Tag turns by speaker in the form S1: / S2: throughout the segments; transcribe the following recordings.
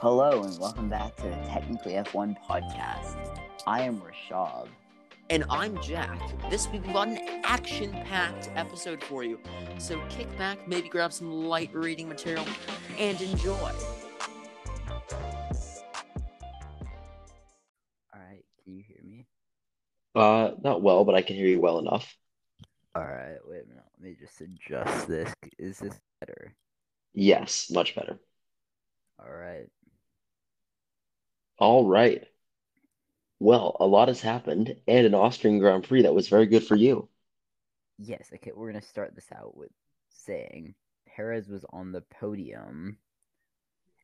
S1: Hello and welcome back to the Technically F1 podcast. I am Rashab.
S2: And I'm Jack. This week we've got an action packed episode for you. So kick back, maybe grab some light reading material, and enjoy.
S1: All right, can you hear me?
S3: Uh, not well, but I can hear you well enough.
S1: All right, wait a minute. Let me just adjust this. Is this better?
S3: Yes, much better.
S1: All right.
S3: All right. Well, a lot has happened, and an Austrian Grand Prix that was very good for you.
S1: Yes, okay, we're going to start this out with saying Perez was on the podium.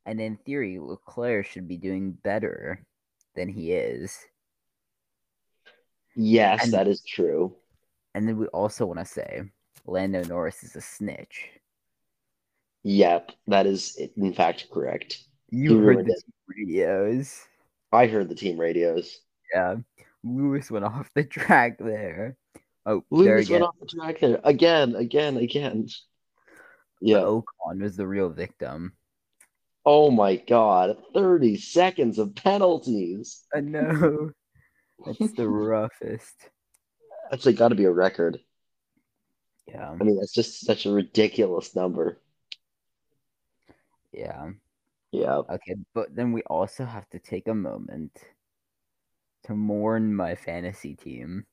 S1: And in theory, Leclerc should be doing better than he is.
S3: Yes,
S1: And-
S3: that is true.
S1: And then we also want to say Lando Norris is a snitch.
S3: Yep, that is in fact correct.
S1: You
S3: He
S1: heard
S3: ruined
S1: the radios.
S3: I heard the team radios.
S1: Yeah. uh, Lewis went off the track there. Oh, there
S3: Lewis
S1: again.
S3: went off the track there again, again, again. Yeah.
S1: Ocon was the real victim.
S3: Oh my God, 30 seconds of penalties.
S1: I know. That's the roughest.
S3: That's like got to be a record.
S1: Yeah.
S3: I mean, that's just such a ridiculous number.
S1: Yeah.
S3: Yeah.
S1: Okay. But then we also have to take a moment to mourn my fantasy team.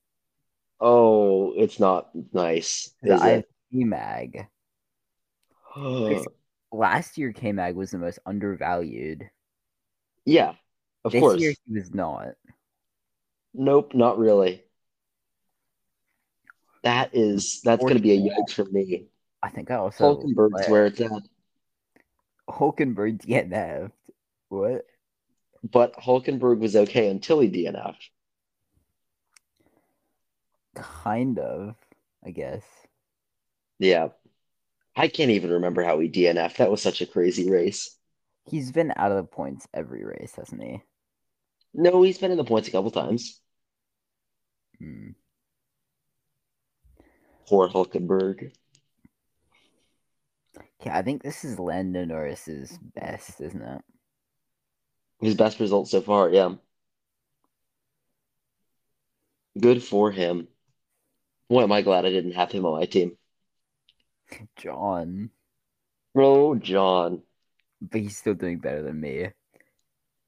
S3: Oh, it's not nice. Is
S1: I
S3: it?
S1: have K Mag.
S3: Oh,
S1: Last year, K Mag was the most undervalued.
S3: yeah, of
S1: this
S3: course.
S1: year, he was not.
S3: Nope, not really. That is that's going to be a yoke for me.
S1: I think I also.
S3: Hulkenberg's where it's at,
S1: Hulkenberg DNF'd. What?
S3: but Hulkenberg was okay until he DNF'd.
S1: Kind of, I guess.
S3: Yeah, I can't even remember how he DNF'd. That was such a crazy race.
S1: He's been out of the points every race, hasn't he?
S3: No, he's been in the points a couple times.
S1: Hmm.
S3: Poor Hulkenberg.
S1: Okay, I think this is Lando Norris's best, isn't it?
S3: His best result so far. Yeah, good for him. Boy, am I glad I didn't have him on my team.
S1: John,
S3: Bro, John.
S1: but he's still doing better than me.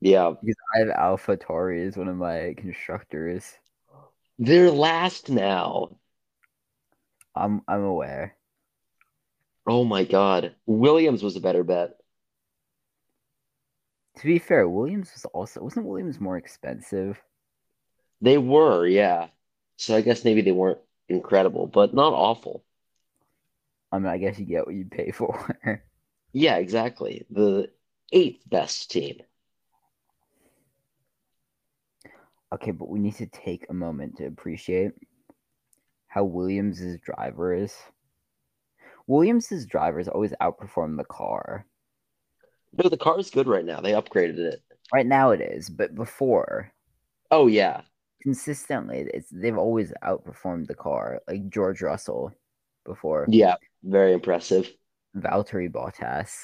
S3: Yeah.
S1: I have Alpha Tori as one of my constructors.
S3: They're last now.
S1: I'm I'm aware.
S3: Oh my God. Williams was a better bet.
S1: To be fair, Williams was also wasn't Williams more expensive?
S3: They were, yeah. So I guess maybe they weren't incredible, but not awful.
S1: I mean, I guess you get what you pay for.
S3: Yeah, exactly. The eighth best team.
S1: okay, but we need to take a moment to appreciate how Williams's driver is. Williams's drivers always outperform the car.
S3: No, the car is good right now. They upgraded it.
S1: Right now it is, but before
S3: Oh, yeah.
S1: consistently, it's they've always outperformed the car, like George Russell before
S3: Yeah. Very impressive.
S1: Valtteri Bottas.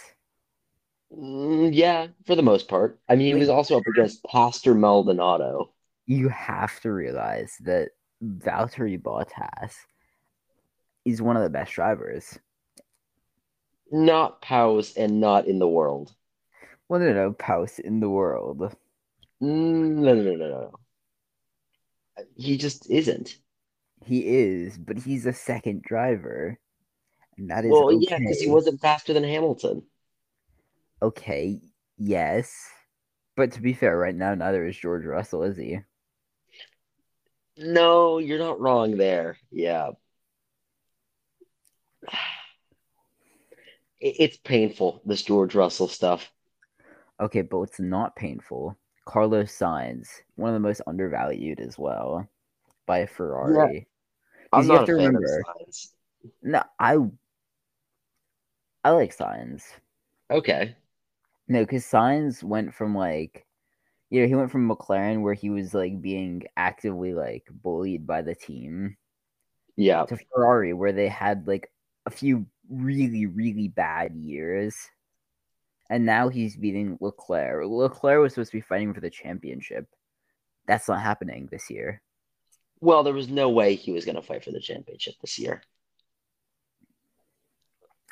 S3: Mm, yeah, for the most part. I mean, he was also up against Pastor Maldonado.
S1: You have to realize that Valtteri Bottas is one of the best drivers.
S3: Not Paus and not in the world.
S1: Well, no, no, Paus in the world.
S3: Mm, No, no, no, no, no. He just isn't.
S1: He is, but he's a second driver, and that is
S3: Well,
S1: okay.
S3: yeah, because he wasn't faster than Hamilton.
S1: okay. Yes, but to be fair, right now neither is George Russell, is he?
S3: No, you're not wrong there. Yeah. It- It's painful, this George Russell stuff.
S1: Okay, but what's not painful? Carlos Sainz, one of the most undervalued as well by Ferrari.
S3: I'm
S1: Because you
S3: not
S1: have
S3: a
S1: to
S3: fan of
S1: remember-
S3: science.
S1: No, I I like Sainz.
S3: Okay.
S1: No, because Sainz went from like you know, he went from McLaren where he was like being actively like bullied by the team
S3: Yeah.
S1: to Ferrari where they had like a few really, really bad years. and now he's beating Leclerc. Leclerc was supposed to be fighting for the championship. That's not happening this year.
S3: Well, there was no way he was going to fight for the championship this year.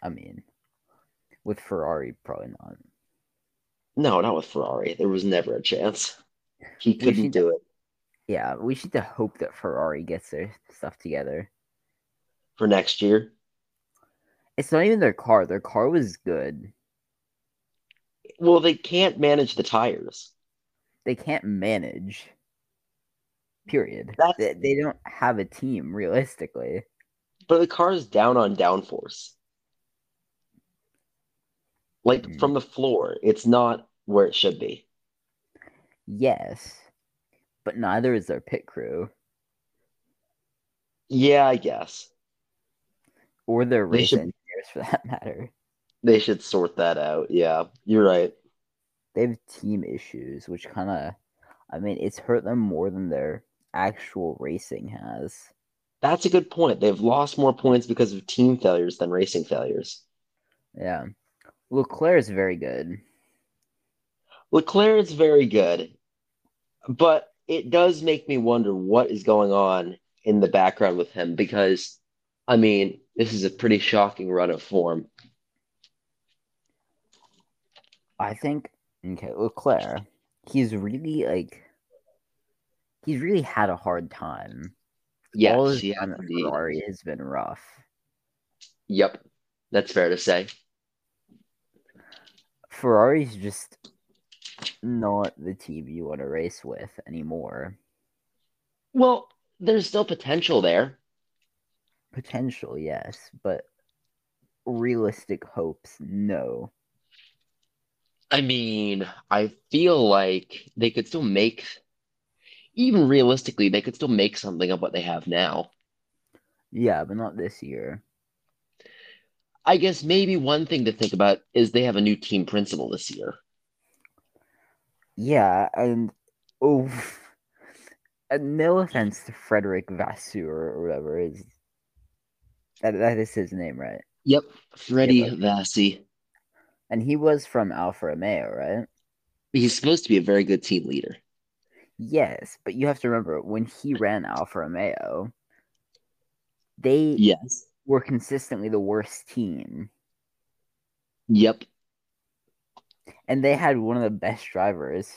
S1: I mean, with Ferrari, probably not.
S3: No, not with Ferrari. There was never a chance. He
S1: We
S3: couldn't
S1: should-
S3: do it
S1: Yeah, we should to hope that Ferrari gets their stuff together.
S3: for next year.
S1: It's not even their car. Their car was good.
S3: Well, they can't manage the tires.
S1: They can't manage. Period.
S3: That's-
S1: They, they don't have a team realistically.
S3: But the car is down on downforce. Like
S1: Hmm.
S3: from the floor, it's not where it should be.
S1: Yes, but neither is their pit crew
S3: Yeah, I guess.
S1: or their
S3: They
S1: race
S3: should-
S1: engineers for that matter.
S3: They should sort that out. Yeah, you're right.
S1: They have team issues, which kind of, I mean, it's hurt them more than their actual racing has.
S3: That's a good point. They've lost more points because of team failures than racing failures.
S1: Yeah, Leclerc is very good.
S3: Leclerc is very good, but it does make me wonder what is going on in the background with him because, I mean, this is a pretty shocking run of form.
S1: I think okay, Leclerc, he's really like he's really had a hard time. All
S3: Yes,
S1: his
S3: yeah,
S1: time at
S3: indeed.
S1: Ferrari has been rough.
S3: Yep, that's fair to say.
S1: Ferrari's just not the team you want to race with anymore.
S3: Well, there's still potential there.
S1: Potential, yes, but realistic hopes, no.
S3: I mean, I feel like they could still make, even realistically, they could still make something of what they have now.
S1: Yeah, but not this year.
S3: I guess maybe one thing to think about is they have a new team principal this year.
S1: Yeah, and oh, and no offense to Frederick Vasseur or whatever is that that is his name, right?
S3: Yep, Freddie
S1: but-
S3: Vassie.
S1: And he was from Alfa Romeo, right?
S3: He's supposed to be a very good team leader.
S1: Yes, but you have to remember when he ran Alfa Romeo, they
S3: Yes.
S1: were consistently the worst team,
S3: Yep.
S1: and they had one of the best drivers.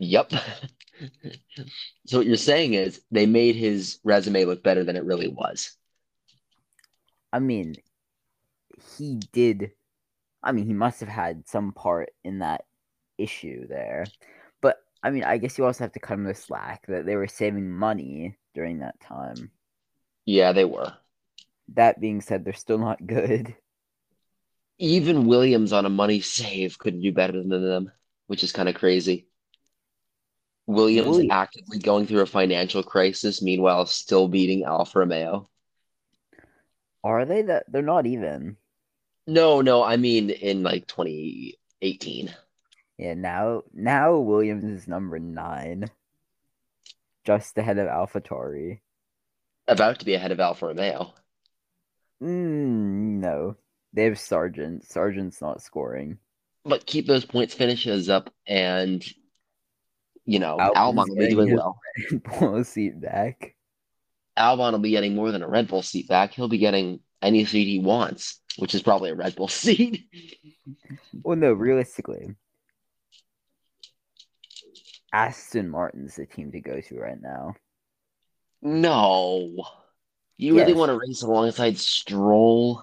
S3: Yep. so what you're saying is they made his resume look better than it really was.
S1: I mean, he did. I mean, he must have had some part in that issue there. But I mean, I guess you also have to cut him the slack that they were saving money during that time.
S3: Yeah, they were.
S1: That being said, they're still not good.
S3: Even Williams on a money save couldn't do better than them, which is kind of crazy. Williams
S1: Williams.
S3: actively going through a financial crisis, meanwhile still beating Alfa Romeo.
S1: Are they that they're not even?
S3: No, no, I mean in like 2018.
S1: Yeah, now now Williams is number nine. Just ahead of AlphaTauri.
S3: About to be ahead of Alfa Romeo.
S1: Mm, no. They have Sargent. Sargent's not scoring.
S3: but keep those points finishes up and you know
S1: Albon's
S3: Albon will be
S1: getting
S3: doing
S1: his-
S3: well.
S1: Pull a seat back.
S3: Albon will be getting more than a Red Bull seat back. He'll be getting any seat he wants, which is probably a Red Bull seat.
S1: Well, no, realistically, Aston Martin's the team to go to right now.
S3: no. You really
S1: Yes.
S3: want to race alongside Stroll?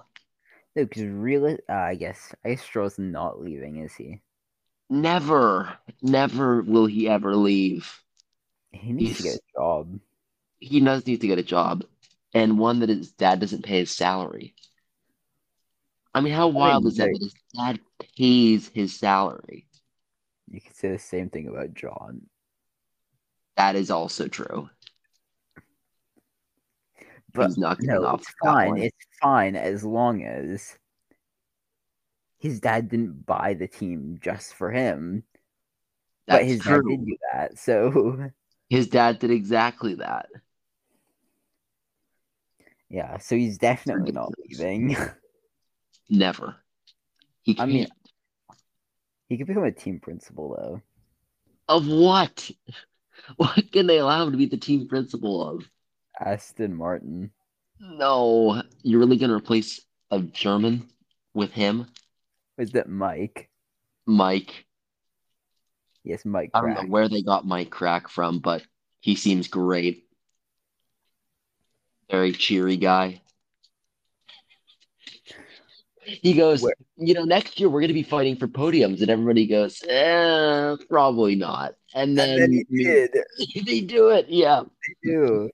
S1: No, because real, uh, I guess I guess Stroll's not leaving, is he?
S3: Never. Never will he ever leave.
S1: He needs to get
S3: He's-
S1: a job.
S3: He does need to get a job and one that his dad doesn't pay his salary. I mean, how wild is that
S1: they-
S3: that his dad pays his salary?
S1: You could say the same thing about John.
S3: That is also true.
S1: But
S3: he's not getting
S1: no,
S3: off
S1: it's
S3: that
S1: fine.
S3: one.
S1: It's fine as long as his dad didn't buy the team just for him. but
S3: That's
S1: his
S3: true.
S1: dad did do that, so
S3: His dad did exactly that.
S1: yeah. So he's definitely not
S3: ridiculous.
S1: leaving.
S3: Never. He
S1: I mean,
S3: can't.
S1: He could become a team principal though.
S3: Of what? What can they allow him to be the team principal of?
S1: Aston Martin.
S3: No, you're really gonna replace a German with him,
S1: Is that Mike?
S3: Mike.
S1: Yes, Mike.
S3: I don't
S1: Brack.
S3: know where they got Mike Crack from, but he seems great. Very cheery guy. He goes,
S1: Where-
S3: you know, next year we're going to be fighting for podiums, and everybody goes, eh, probably not. And
S1: And
S3: then,
S1: then he did.
S3: they do it. Yeah,
S1: Ew.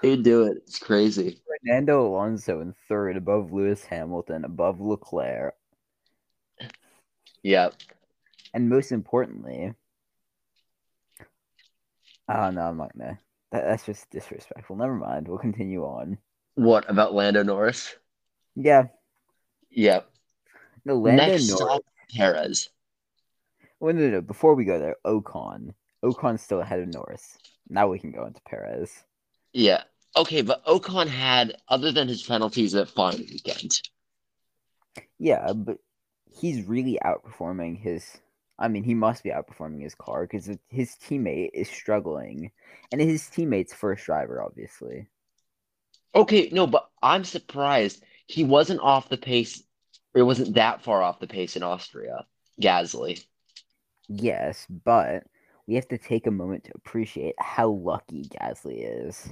S3: they do it. It's crazy.
S1: Fernando Alonso in third, above Lewis Hamilton, above Leclerc,
S3: Yeah,
S1: and most importantly, oh no, I'm not gonna. That, that's just disrespectful. Never mind. We'll continue on.
S3: what about Lando Norris?
S1: Yeah,
S3: Yeah,
S1: no, Lando
S3: next
S1: Norris.
S3: stop, Perez.
S1: Well, no, no. Before we go there, Ocon. Ocon's still ahead of Norris. Now we can go into Perez.
S3: Yeah. Okay, but Ocon had, other than his penalties at fine weekend.
S1: Yeah, but he's really outperforming his. I mean, he must be outperforming his car because his teammate is struggling, and his teammate's first driver, obviously.
S3: Okay, no, but I'm surprised he wasn't off the pace, or it wasn't that far off the pace in Austria. Gasly.
S1: Yes, but we have to take a moment to appreciate how lucky Gasly is.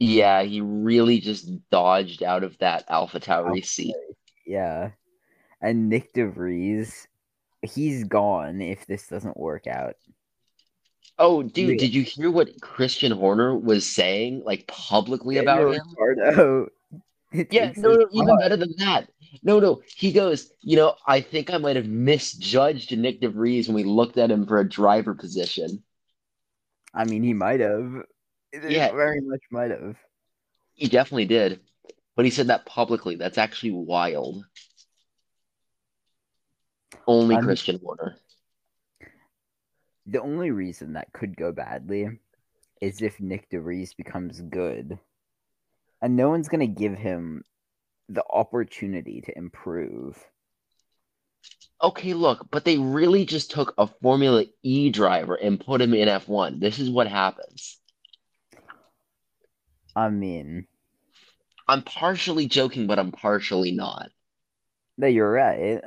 S3: Yeah, he really just dodged out of that AlphaTauri seat.
S1: Yeah, and Nick De Vries, he's gone if this doesn't work out.
S3: Oh, dude,
S1: Yeah.
S3: did you hear what Christian Horner was saying, like publicly
S1: Yeah,
S3: about
S1: you're
S3: him?
S1: Ricardo. It
S3: Yeah,
S1: takes
S3: no,
S1: his
S3: no, even
S1: time.
S3: better than that. No, no, he goes, you know, I think I might have misjudged Nick De Vries when we looked at him for a driver position.
S1: I mean, he might have. It-
S3: Yeah.
S1: very much might have.
S3: He definitely did. But he said that publicly. That's actually wild. Only
S1: I'm-
S3: Christian Warner.
S1: The only reason that could go badly is if Nick De Vries becomes good, and no one's gonna give him the opportunity to improve.
S3: Okay, look, but they really just took a Formula E driver and put him in F1. This is what happens.
S1: I mean.
S3: I'm partially joking, but I'm partially not.
S1: No, you're right.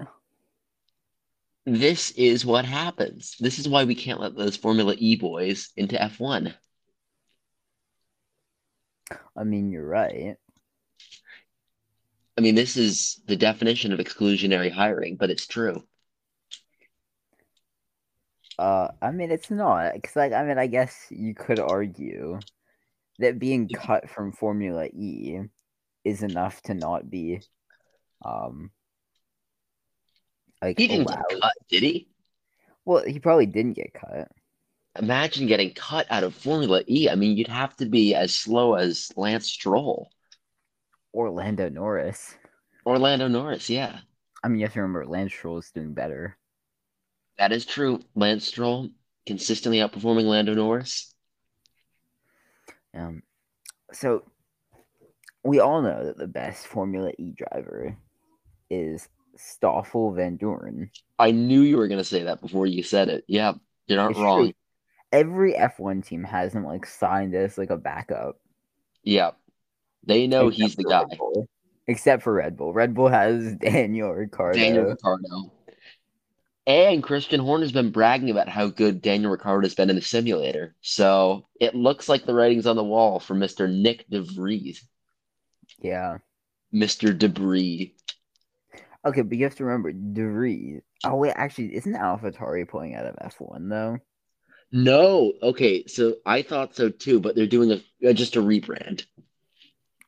S3: This is what happens. This is why we can't let those Formula E boys into F1.
S1: I mean, you're right.
S3: I mean, this is the definition of exclusionary hiring, but it's true.
S1: Uh, I mean, it's not because, like, I mean, I guess you could argue that being cut from Formula E is enough to not be, um, like
S3: He didn't
S1: allowed.
S3: get cut, did he?
S1: Well, he probably didn't get cut.
S3: imagine getting cut out of Formula E. I mean, you'd have to be as slow as Lance Stroll,
S1: Orlando Norris.
S3: Orlando Norris. Yeah,
S1: I mean, you have to remember Lance Stroll is doing better.
S3: that is true. Lance Stroll consistently outperforming Lando Norris.
S1: Um, so we all know that the best Formula E driver is Stoffel Van Dorn.
S3: I knew you were going to say that before you said it. Yeah, you're not
S1: It's true.
S3: wrong.
S1: every F1 team has him like signed as like a backup.
S3: Yeah, they know
S1: except
S3: he's the
S1: for
S3: guy.
S1: Red Bull. Except for Red Bull. Red Bull has Daniel Ricciardo.
S3: Daniel Ricciardo. And Christian Horner's been bragging about how good Daniel Ricciardo's been in the simulator. So it looks like the writing's on the wall for Mr. Nick DeVries.
S1: Yeah.
S3: Mr. Debris.
S1: Okay, but you have to remember De Vries. Oh wait, actually, isn't AlphaTauri pulling out of F1 though?
S3: No, okay, so I thought so too, but they're doing a uh, just a rebrand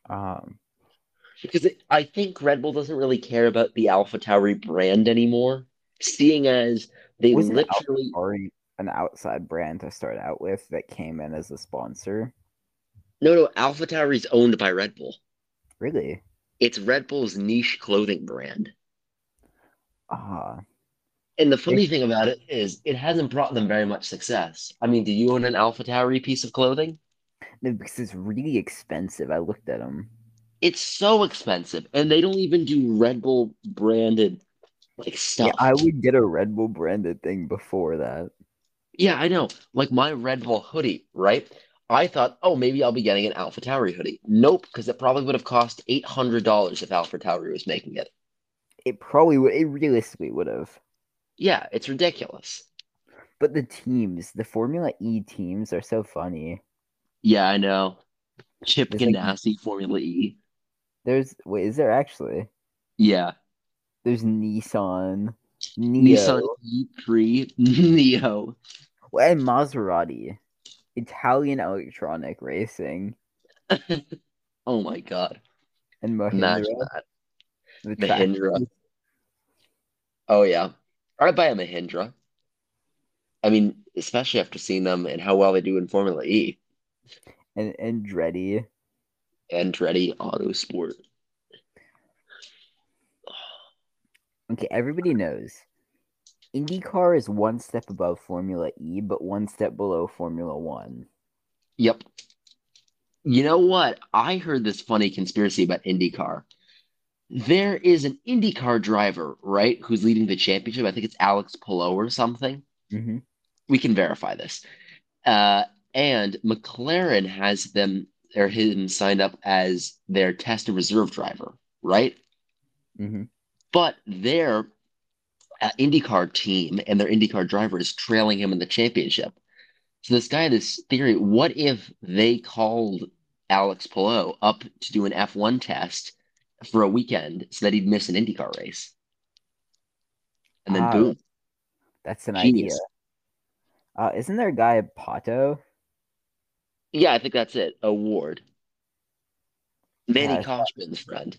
S1: Um,
S3: because it, I think Red Bull doesn't really care about the AlphaTauri brand anymore, seeing as they
S1: Wasn't
S3: literally
S1: Tauri, an outside brand to start out with that came in as a sponsor.
S3: no no AlphaTauri is owned by Red Bull.
S1: Really?
S3: It's Red Bull's niche clothing brand,
S1: Ah,
S3: and the funny thing about it is it hasn't brought them very much success. I mean, do you own an AlphaTauri piece of clothing?
S1: no, because it's really expensive. I looked at them.
S3: It's so expensive, and they don't even do Red Bull branded Like
S1: Yeah,
S3: stuff.
S1: I would get a Red Bull branded thing before that.
S3: Yeah, I know. Like my Red Bull hoodie, right? I thought, oh, maybe I'll be getting an Alpha Tauri hoodie. Nope, because it probably would have cost eight hundred dollars if Alpha Tauri was making it.
S1: It probably would. It realistically would have.
S3: Yeah, it's ridiculous.
S1: But the teams, the Formula E teams, are so funny.
S3: Yeah, I know. Chip
S1: It's like-
S3: Ganassi, Formula E.
S1: There's wait, is there actually?
S3: Yeah,
S1: There's Nissan, Neo,
S3: Nissan E3, Neo.
S1: well, and Maserati, Italian electronic racing,
S3: Oh my God,
S1: and Mahindra.
S3: imagine that.
S1: the track.
S3: Mahindra. Oh yeah, I'd buy a Mahindra. I mean, especially after seeing them and how well they do in Formula E.
S1: and and Andretti.
S3: Andretti Autosport.
S1: Okay, everybody knows. IndyCar is one step above Formula E, but one step below Formula One.
S3: Yep. You know what? I heard this funny conspiracy about IndyCar. There is an IndyCar driver, right, who's leading the championship. I think it's Alex Pillow or something.
S1: Mm-hmm.
S3: We can verify this. Uh, and McLaren has them or him signed up as their test and reserve driver, right?
S1: Mm-hmm.
S3: But their uh, IndyCar team and their IndyCar driver is trailing him in the championship. So this guy had this theory: what if they called Alex Pillow up to do an F1 test for a weekend so that he'd miss an IndyCar race? And then
S1: Ah,
S3: boom,
S1: That's an
S3: genius.
S1: idea. Uh, isn't there a guy Pato?
S3: Yeah, I think that's it. Award. Manny
S1: Yeah, I thought-
S3: Koshman's friend.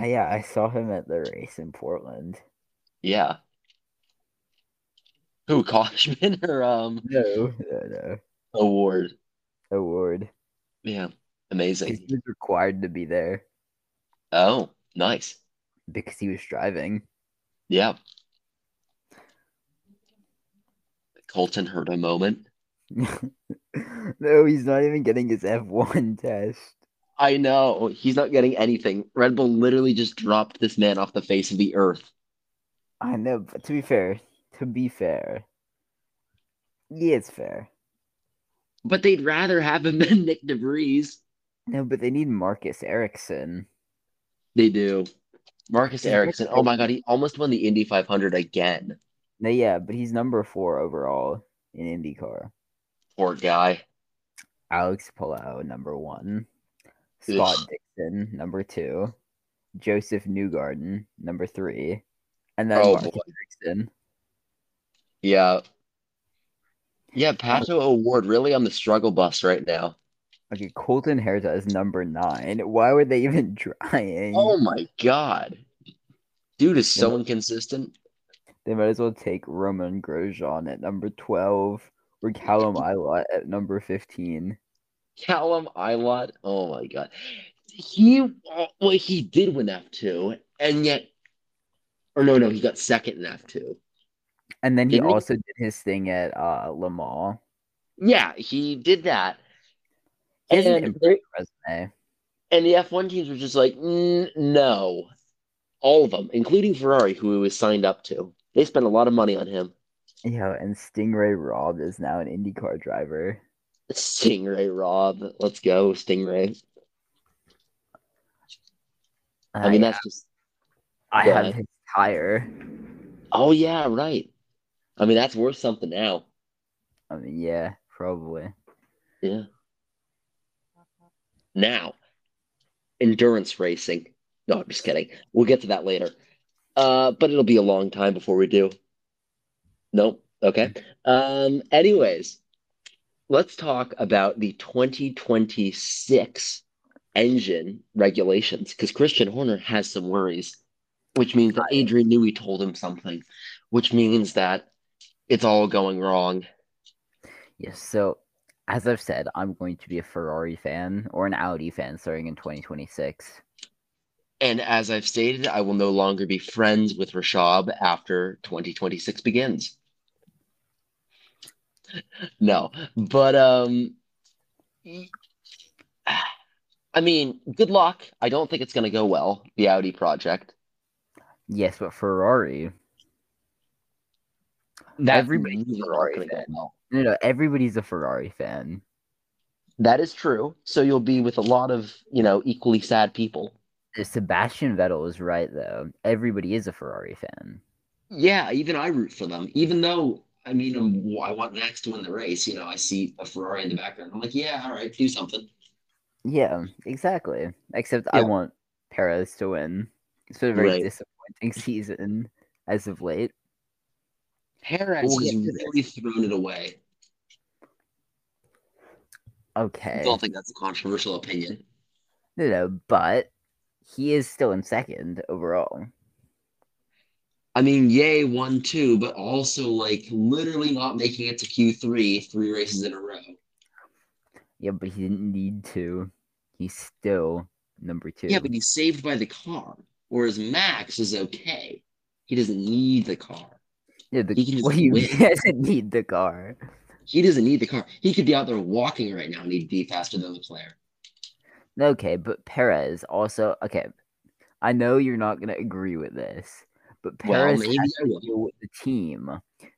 S1: Uh, Yeah, I saw him at the race in Portland.
S3: Yeah. Who, Koshman or um
S1: No, no, no.
S3: Award?
S1: Award.
S3: Yeah,
S1: 'Cause
S3: amazing.
S1: He was required to be there
S3: Oh, nice.
S1: because he was driving.
S3: Yeah. Colton heard a moment.
S1: no, he's not even getting his F1 test.
S3: I know. He's not getting anything. Red Bull literally just dropped this man off the face of the earth.
S1: I know, but to be fair, to be fair, yeah, it's fair.
S3: But they'd rather have him than Nick DeVries.
S1: No, but they need Marcus Erickson.
S3: They do. Marcus
S1: Yeah,
S3: Erickson.
S1: Marcus
S3: Oh my God. He almost won the Indy 500 again.
S1: No, yeah, but he's number four overall in IndyCar.
S3: Poor guy.
S1: Alex Palou, number one. Scott
S3: Ugh.
S1: Dixon, number two. Joseph Newgarden, number three. And then
S3: Oh,
S1: Marcus
S3: boy.
S1: Erickson.
S3: Yeah. Yeah. Pato Award really on the struggle bus right now.
S1: Okay, Colton Herta is number nine. Why were they even trying?
S3: Oh my God. Dude is so inconsistent.
S1: They might as well take Roman Grosjean at number 12 or Callum Ilott at number 15.
S3: Callum Ilott. Oh my god. He well, he did win F2, and yet or no, no, he got second in F2.
S1: And then he
S3: Didn't he-
S1: also did his thing at uh, Le Mans.
S3: Yeah, he did that.
S1: He has an
S3: And,
S1: impressive resume.
S3: and the F1 teams were just like, "Mm, no. All of them, including Ferrari, who he was signed up to. They spent a lot of money on him.
S1: Yeah, and Stingray Robb is now an IndyCar driver.
S3: Stingray Rob. Let's go, Stingray. I
S1: I,
S3: mean, that's just
S1: I
S3: yeah.
S1: have his tire.
S3: oh yeah, right. I mean, that's worth something now.
S1: I mean, yeah, probably.
S3: Yeah. Now, endurance racing. No, I'm just kidding. We'll get to that later. Uh, but it'll be a long time before we do. Nope. Okay. Um, anyways, let's talk about the 2026 engine regulations because Christian Horner has some worries, which means that Adrian Newey told him something, which means that it's all going wrong.
S1: Yes, so as I've said, I'm going to be a Ferrari fan or an Audi fan starting in 2026.
S3: And as I've stated, I will no longer be friends with Rashab after 2026 begins. No, but um, I mean, good luck. I don't think it's going to go well, the Audi project.
S1: Yes, but Ferrari
S3: That's
S1: Everybody's a
S3: neither
S1: Ferrari
S3: gonna go
S1: fan.
S3: well.
S1: No, no, everybody's a Ferrari fan.
S3: That is true. So you'll be with a lot of, you know, equally sad people.
S1: Uh, Sebastian Vettel is right though. Everybody is a Ferrari fan.
S3: Yeah, even I root for them. Even though, I mean, I'm, I want Max to win the race. You know, I see a Ferrari in the background. I'm like, yeah, all right, do something.
S1: Yeah, exactly. Except I
S3: Yeah.
S1: want Perez to win. It's been a very
S3: Right.
S1: disappointing season as of late.
S3: Perez
S1: We'll
S3: has
S1: get to this.
S3: really thrown it away. I
S1: Okay.
S3: don't think that's a controversial opinion.
S1: No, no, but he is still in second overall.
S3: I mean, yay, one, two, but also like literally not making it to Q3 three races in a row.
S1: Yeah, but he didn't need to. He's still number two.
S3: Yeah, but he's saved by the car, whereas Max is okay. He doesn't need the car.
S1: Yeah, the,
S3: he can just
S1: what do you
S3: win.
S1: mean he doesn't need the car?
S3: He doesn't need the car. He could be out there walking right now and he'd be faster than the player.
S1: Okay, but Perez also okay. I know you're not gonna agree with this, but
S3: Well,
S1: Perez
S3: maybe
S1: has
S3: I will.
S1: to deal with the team.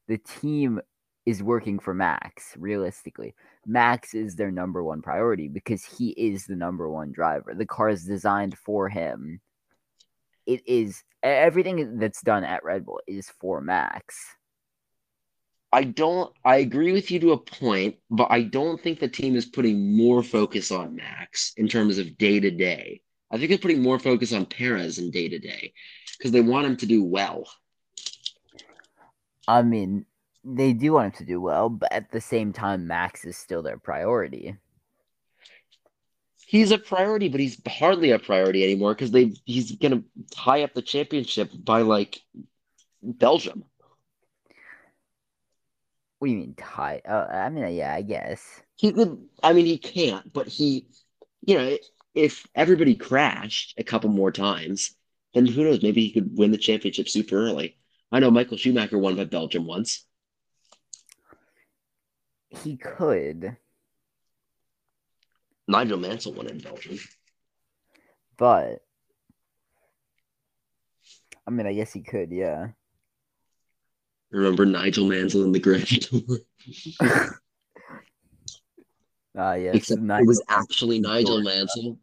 S1: The team is working for Max, realistically. Max is their number one priority because he is the number one driver. The car is designed for him. It is e-, everything that's done at Red Bull is for Max.
S3: I don't. I agree with you to a point, but I don't think the team is putting more focus on Max in terms of day to day. I think they're putting more focus on Perez in day to day because they want him to do well.
S1: I mean, they do want him to do well, but at the same time, Max is still their priority.
S3: He's a priority, but he's hardly a priority anymore because they he's gonna tie up the championship by like Belgium.
S1: What do you mean tie? Uh, I mean, yeah, I guess.
S3: He could. I mean, he can't, but he, you know, if everybody crashed a couple more times, then who knows? Maybe he could win the championship super early. I know Michael Schumacher won by Belgium once.
S1: He could,
S3: Nigel Mansell won in Belgium.
S1: but I mean, I guess he could. Yeah.
S3: Remember Nigel Mansell in the Grand Tour?
S1: Uh yes.
S3: Except
S1: Nigel
S3: it was
S1: Mansell.
S3: actually Nigel Mansell.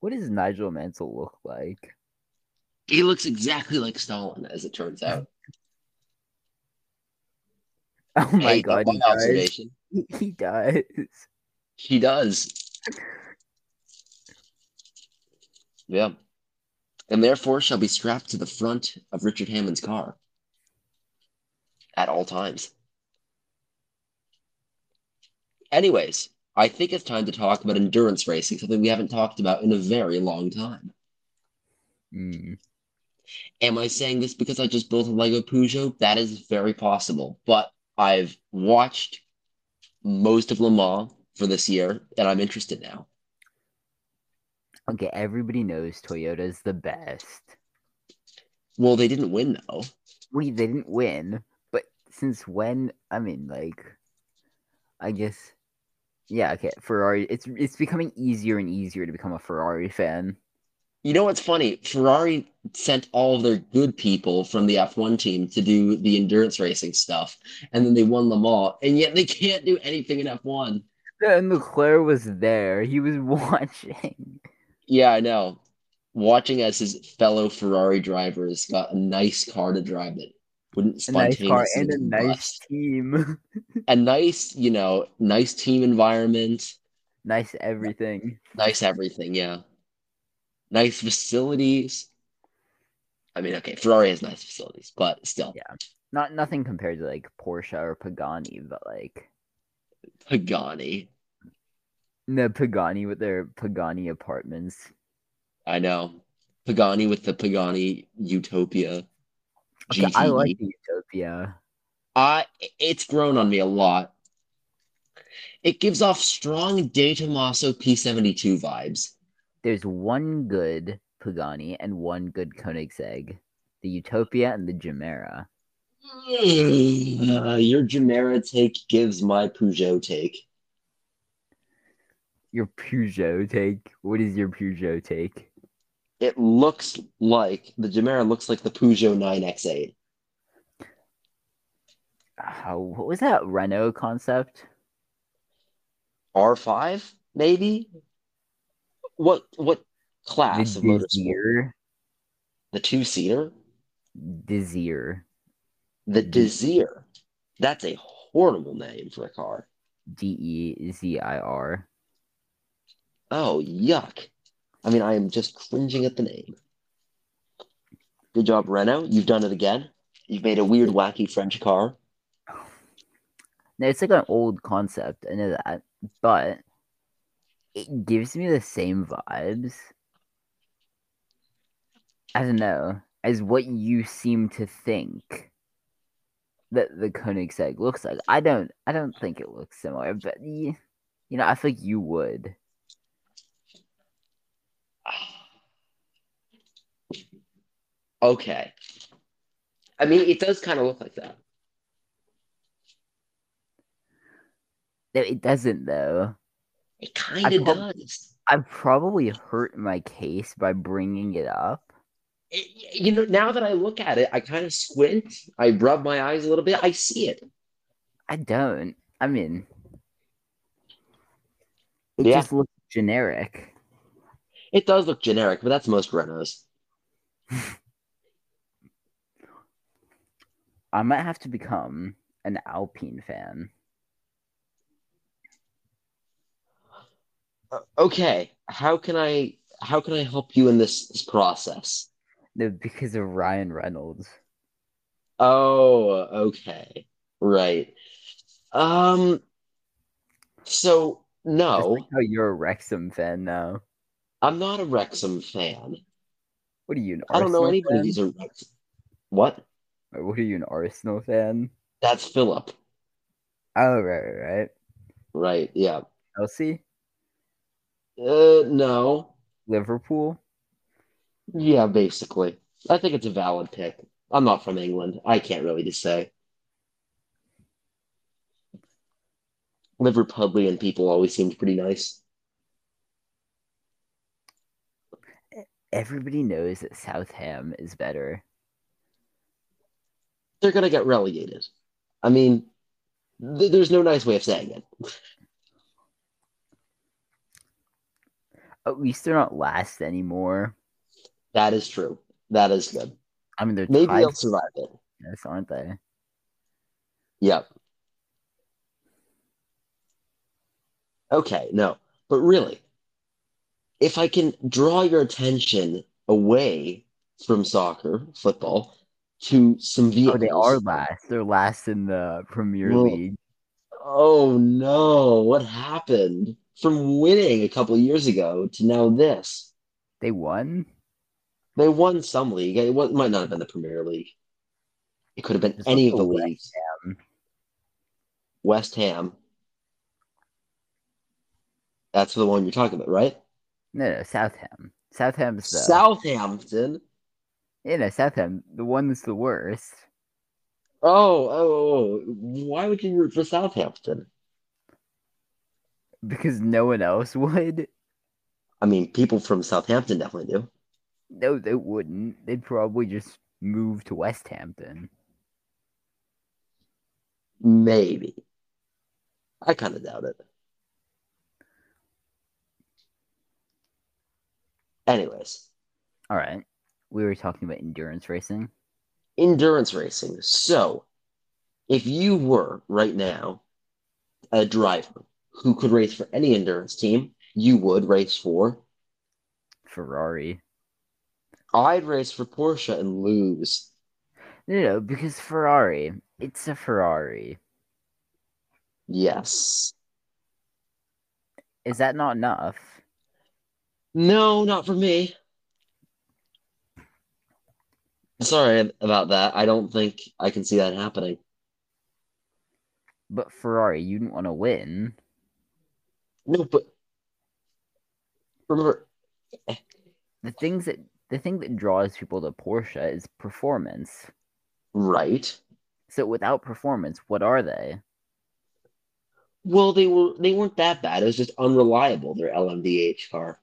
S1: What does Nigel Mansell look like?
S3: He looks exactly like Stalin, as it turns out.
S1: Oh my
S3: Hey,
S1: god,
S3: one
S1: he does.
S3: observation.
S1: He, he does.
S3: He does. Yeah. And therefore shall be strapped to the front of Richard Hammond's car at all times. Anyways, I think it's time to talk about endurance racing, something we haven't talked about in a very long time.
S1: Mm,
S3: Am I saying this because I just built a Lego Peugeot? That is very possible. But I've watched most of Le Mans for this year, and I'm interested now.
S1: Okay, everybody knows Toyota's the best.
S3: Well, they didn't win though.
S1: we they didn't win, but since when? I mean, like, I guess, yeah. Okay, Ferrari. It's it's becoming easier and easier to become a Ferrari fan.
S3: You know what's funny? Ferrari sent all of their good people from the F1 team to do the endurance racing stuff, and then they won Le Mans, and yet they can't do anything in F1.
S1: And Leclerc was there. He was watching.
S3: Yeah, I know. Watching as his fellow Ferrari drivers got a nice car to drive that wouldn't
S1: A nice car
S3: spontaneously
S1: and a nice
S3: combust.
S1: team.
S3: a nice, you know, nice team environment,
S1: nice everything.
S3: nice everything, yeah. Nice facilities. I mean, okay, Ferrari has nice facilities, but still,
S1: Yeah. Not nothing compared to like Porsche or Pagani, but like
S3: Pagani.
S1: no Pagani with their Pagani apartments.
S3: I know. Pagani with the Pagani Utopia.
S1: Okay, I
S3: GTE.
S1: like the Utopia.
S3: I it's grown on me a lot. It gives off strong De Tomaso P72 vibes.
S1: there's one good Pagani and one good Koenigsegg, the Utopia and the Chimera. Mm.
S3: Uh, your Gemera take gives my Peugeot take.
S1: Your Peugeot take. What is your Peugeot take?
S3: It looks like the Gemera looks like the Peugeot 9X8.
S1: oh, what was that Renault concept?
S3: R5, maybe? What what class of
S1: The
S3: Ah, motorsport?
S1: Desir.
S3: The two seater?
S1: Desir.
S3: The
S1: Mhm.
S3: Desir. That's a horrible name for a car.
S1: D E Z I R.
S3: Oh, yuck. I mean, I am just cringing at the name. Good job, Renault. You've done it again. You've made a weird, wacky French car.
S1: No, it's like an old concept. I know that, but it gives me the same vibes. I don't know as what you seem to think that the Koenigsegg looks like. I don't. I don't think it looks similar, but y- you know, I think you would.
S3: Okay. I mean, it does kind of look like that.
S1: No, it doesn't though.
S3: It kind of
S1: prob-
S3: does.
S1: I probably hurt my case by bringing it up.
S3: It- you know, now that I look at it, I kind of squint. I rub my eyes a little bit. I see it.
S1: I don't. I mean, it
S3: Yeah.
S1: just looks generic.
S3: It does look generic, but that's most Renaults.
S1: I might have to become an Alpine fan.
S3: Uh, okay, how can I how can I help you in this, this process?
S1: No, because of Ryan Reynolds.
S3: Oh, okay. Right. Um so
S1: Just
S3: no,
S1: like how you're a Wrexham fan now.
S3: I'm not a Wrexham fan.
S1: What are you an
S3: I don't know
S1: Arsenal
S3: anybody
S1: fan?
S3: who's a Wrexham. What?
S1: Or what are you an Arsenal fan?
S3: That's Philip.
S1: Oh right, right, right.
S3: Right, yeah.
S1: Chelsea,
S3: Uh no.
S1: Liverpool.
S3: Yeah, basically. I think it's a valid pick. I'm not from England. I can't really just say. Liverpudlian people always seemed pretty nice.
S1: Everybody knows that Southam is better.
S3: They're gonna get relegated. I mean, th- there's no nice way of saying it.
S1: At least they're not last anymore.
S3: That is true. That is good.
S1: I mean, they're
S3: Maybe
S1: tied
S3: they'll
S1: with
S3: survive it.
S1: us, aren't they?
S3: Yep. Okay, no. But really, if I can draw your attention away from soccer, football, to some
S1: Oh,
S3: vehicles.
S1: they are last. They're last in the Premier
S3: Well,
S1: League.
S3: Oh no, what happened? From winning a couple years ago to now this.
S1: They won.
S3: They won some league. It was, might not have been the Premier League. It could have been
S1: It's
S3: any of
S1: also
S3: the
S1: West
S3: leagues. West Ham. That's the one you're talking about, right?
S1: No, no, Southam. Southam's the
S3: Southampton.
S1: Yeah, no, Southam. The one that's the worst.
S3: Oh, oh, oh, why would you root for Southampton?
S1: Because no one else would.
S3: I mean, people from Southampton definitely do.
S1: No, they wouldn't. They'd probably just move to West Hampton.
S3: Maybe. I kind of doubt it. Anyways,
S1: All right. We were talking about endurance racing.
S3: endurance racing. So, if you were right now a driver who could race for any endurance team, you would race for.
S1: Ferrari.
S3: I'd race for Porsche and lose.
S1: No, no, because Ferrari. It's a Ferrari.
S3: Yes.
S1: Is that not enough?
S3: No, not for me. Sorry about that. I don't think I can see that happening.
S1: But Ferrari, you didn't want to win.
S3: No, but remember,
S1: The things that the thing that draws people to Porsche is performance.
S3: right?
S1: So without performance, what are they?
S3: Well, they were they weren't that bad. It was just unreliable, their LMDH car.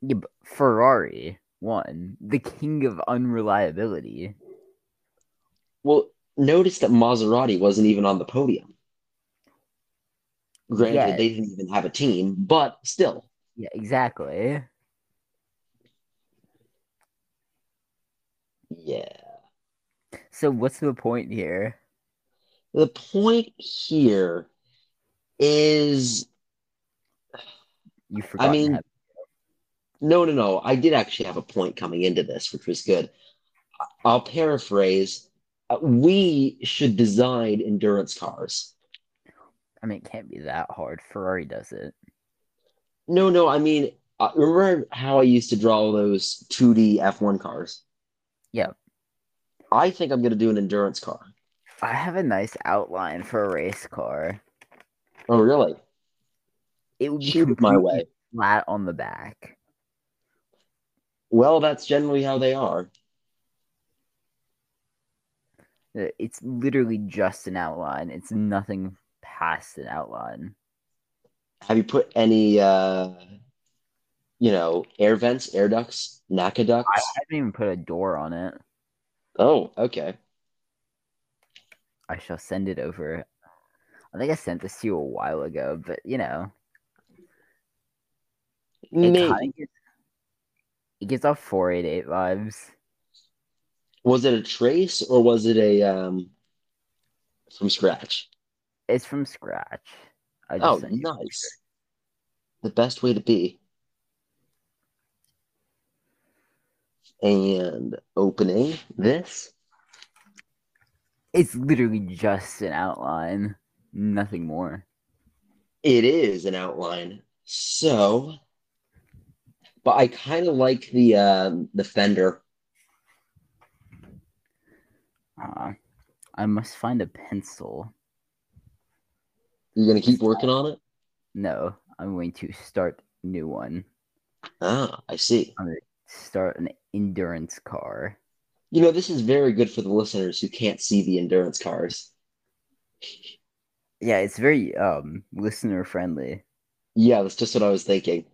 S1: Yeah, but Ferrari won the king of unreliability.
S3: Well, noticed that Maserati wasn't even on the podium. Granted,
S1: Yeah.
S3: they didn't even have a team, but still.
S1: Yeah, exactly.
S3: Yeah.
S1: So what's the point here?
S3: The point here is
S1: You forgot.
S3: mean-
S1: that.
S3: No, no, no. I did actually have a point coming into this, which was good. I- I'll paraphrase. Uh, We should design endurance cars.
S1: I mean, it can't be that hard. Ferrari does it.
S3: No, no. I mean, uh, remember how I used to draw those 2D F1 cars?
S1: Yeah.
S3: I think I'm going to do an endurance car.
S1: I have a nice outline for a race car.
S3: Oh, really?
S1: It would be
S3: Shoot it my
S1: completely
S3: way.
S1: flat on the back.
S3: Well, that's generally how they are.
S1: Uh, It's literally just an outline. It's nothing past an outline.
S3: Have you put any, uh, you know, air vents, air ducts, NACA
S1: I
S3: ducts?
S1: haven't even put a door on it.
S3: Oh, okay.
S1: I shall send it over. I think I sent this to you a while ago, but you know, it,
S3: Maybe.
S1: kinda gives, it gives off 488 vibes.
S3: Was it a trace or was it a um from scratch?
S1: It's from scratch. I just
S3: Oh,
S1: sent you-
S3: nice. The best way to be. And opening this.
S1: It's literally just an outline, nothing more.
S3: It is an outline. So but I kind of like the um the fender.
S1: Uh, I must find a pencil.
S3: You're gonna keep working on it?
S1: No, I'm going to start a new one.
S3: Ah, I see.
S1: Start an endurance car.
S3: You know, this is very good for the listeners who can't see the endurance cars.
S1: Yeah, it's very um listener friendly.
S3: Yeah, that's just what I was thinking.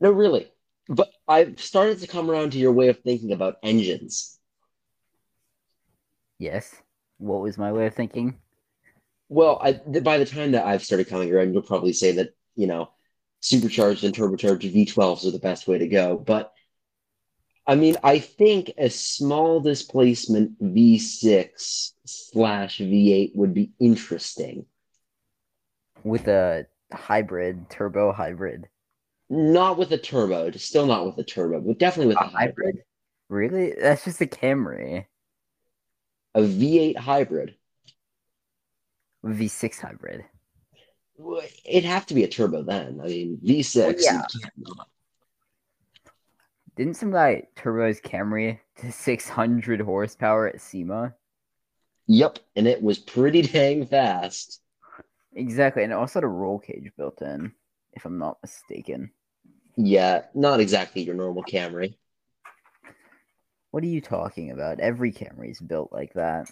S3: No, really. But I've started to come around to your way of thinking about engines.
S1: Yes. What was my way of thinking?
S3: Well, I, th- by the time that I've started coming around, you'll probably say that, you know, supercharged and turbocharged V12s are the best way to go. But I mean, I think a small displacement V6 slash V8 would be interesting.
S1: With a hybrid, turbo hybrid.
S3: Not with a turbo, still not with a turbo, but definitely with a
S1: A hybrid?
S3: hybrid.
S1: Really? That's just a Camry.
S3: A V8 hybrid.
S1: V6 hybrid.
S3: Well, It'd have to be a turbo then. I mean, V6, you
S1: Oh, yeah.
S3: can't not.
S1: Didn't some guy turbo his Camry to 600 horsepower at SEMA?
S3: Yep, and it was pretty dang fast.
S1: Exactly. And it also had a roll cage built in, if I'm not mistaken.
S3: Yeah, not exactly your normal Camry.
S1: What are you talking about? Every Camry is built like that.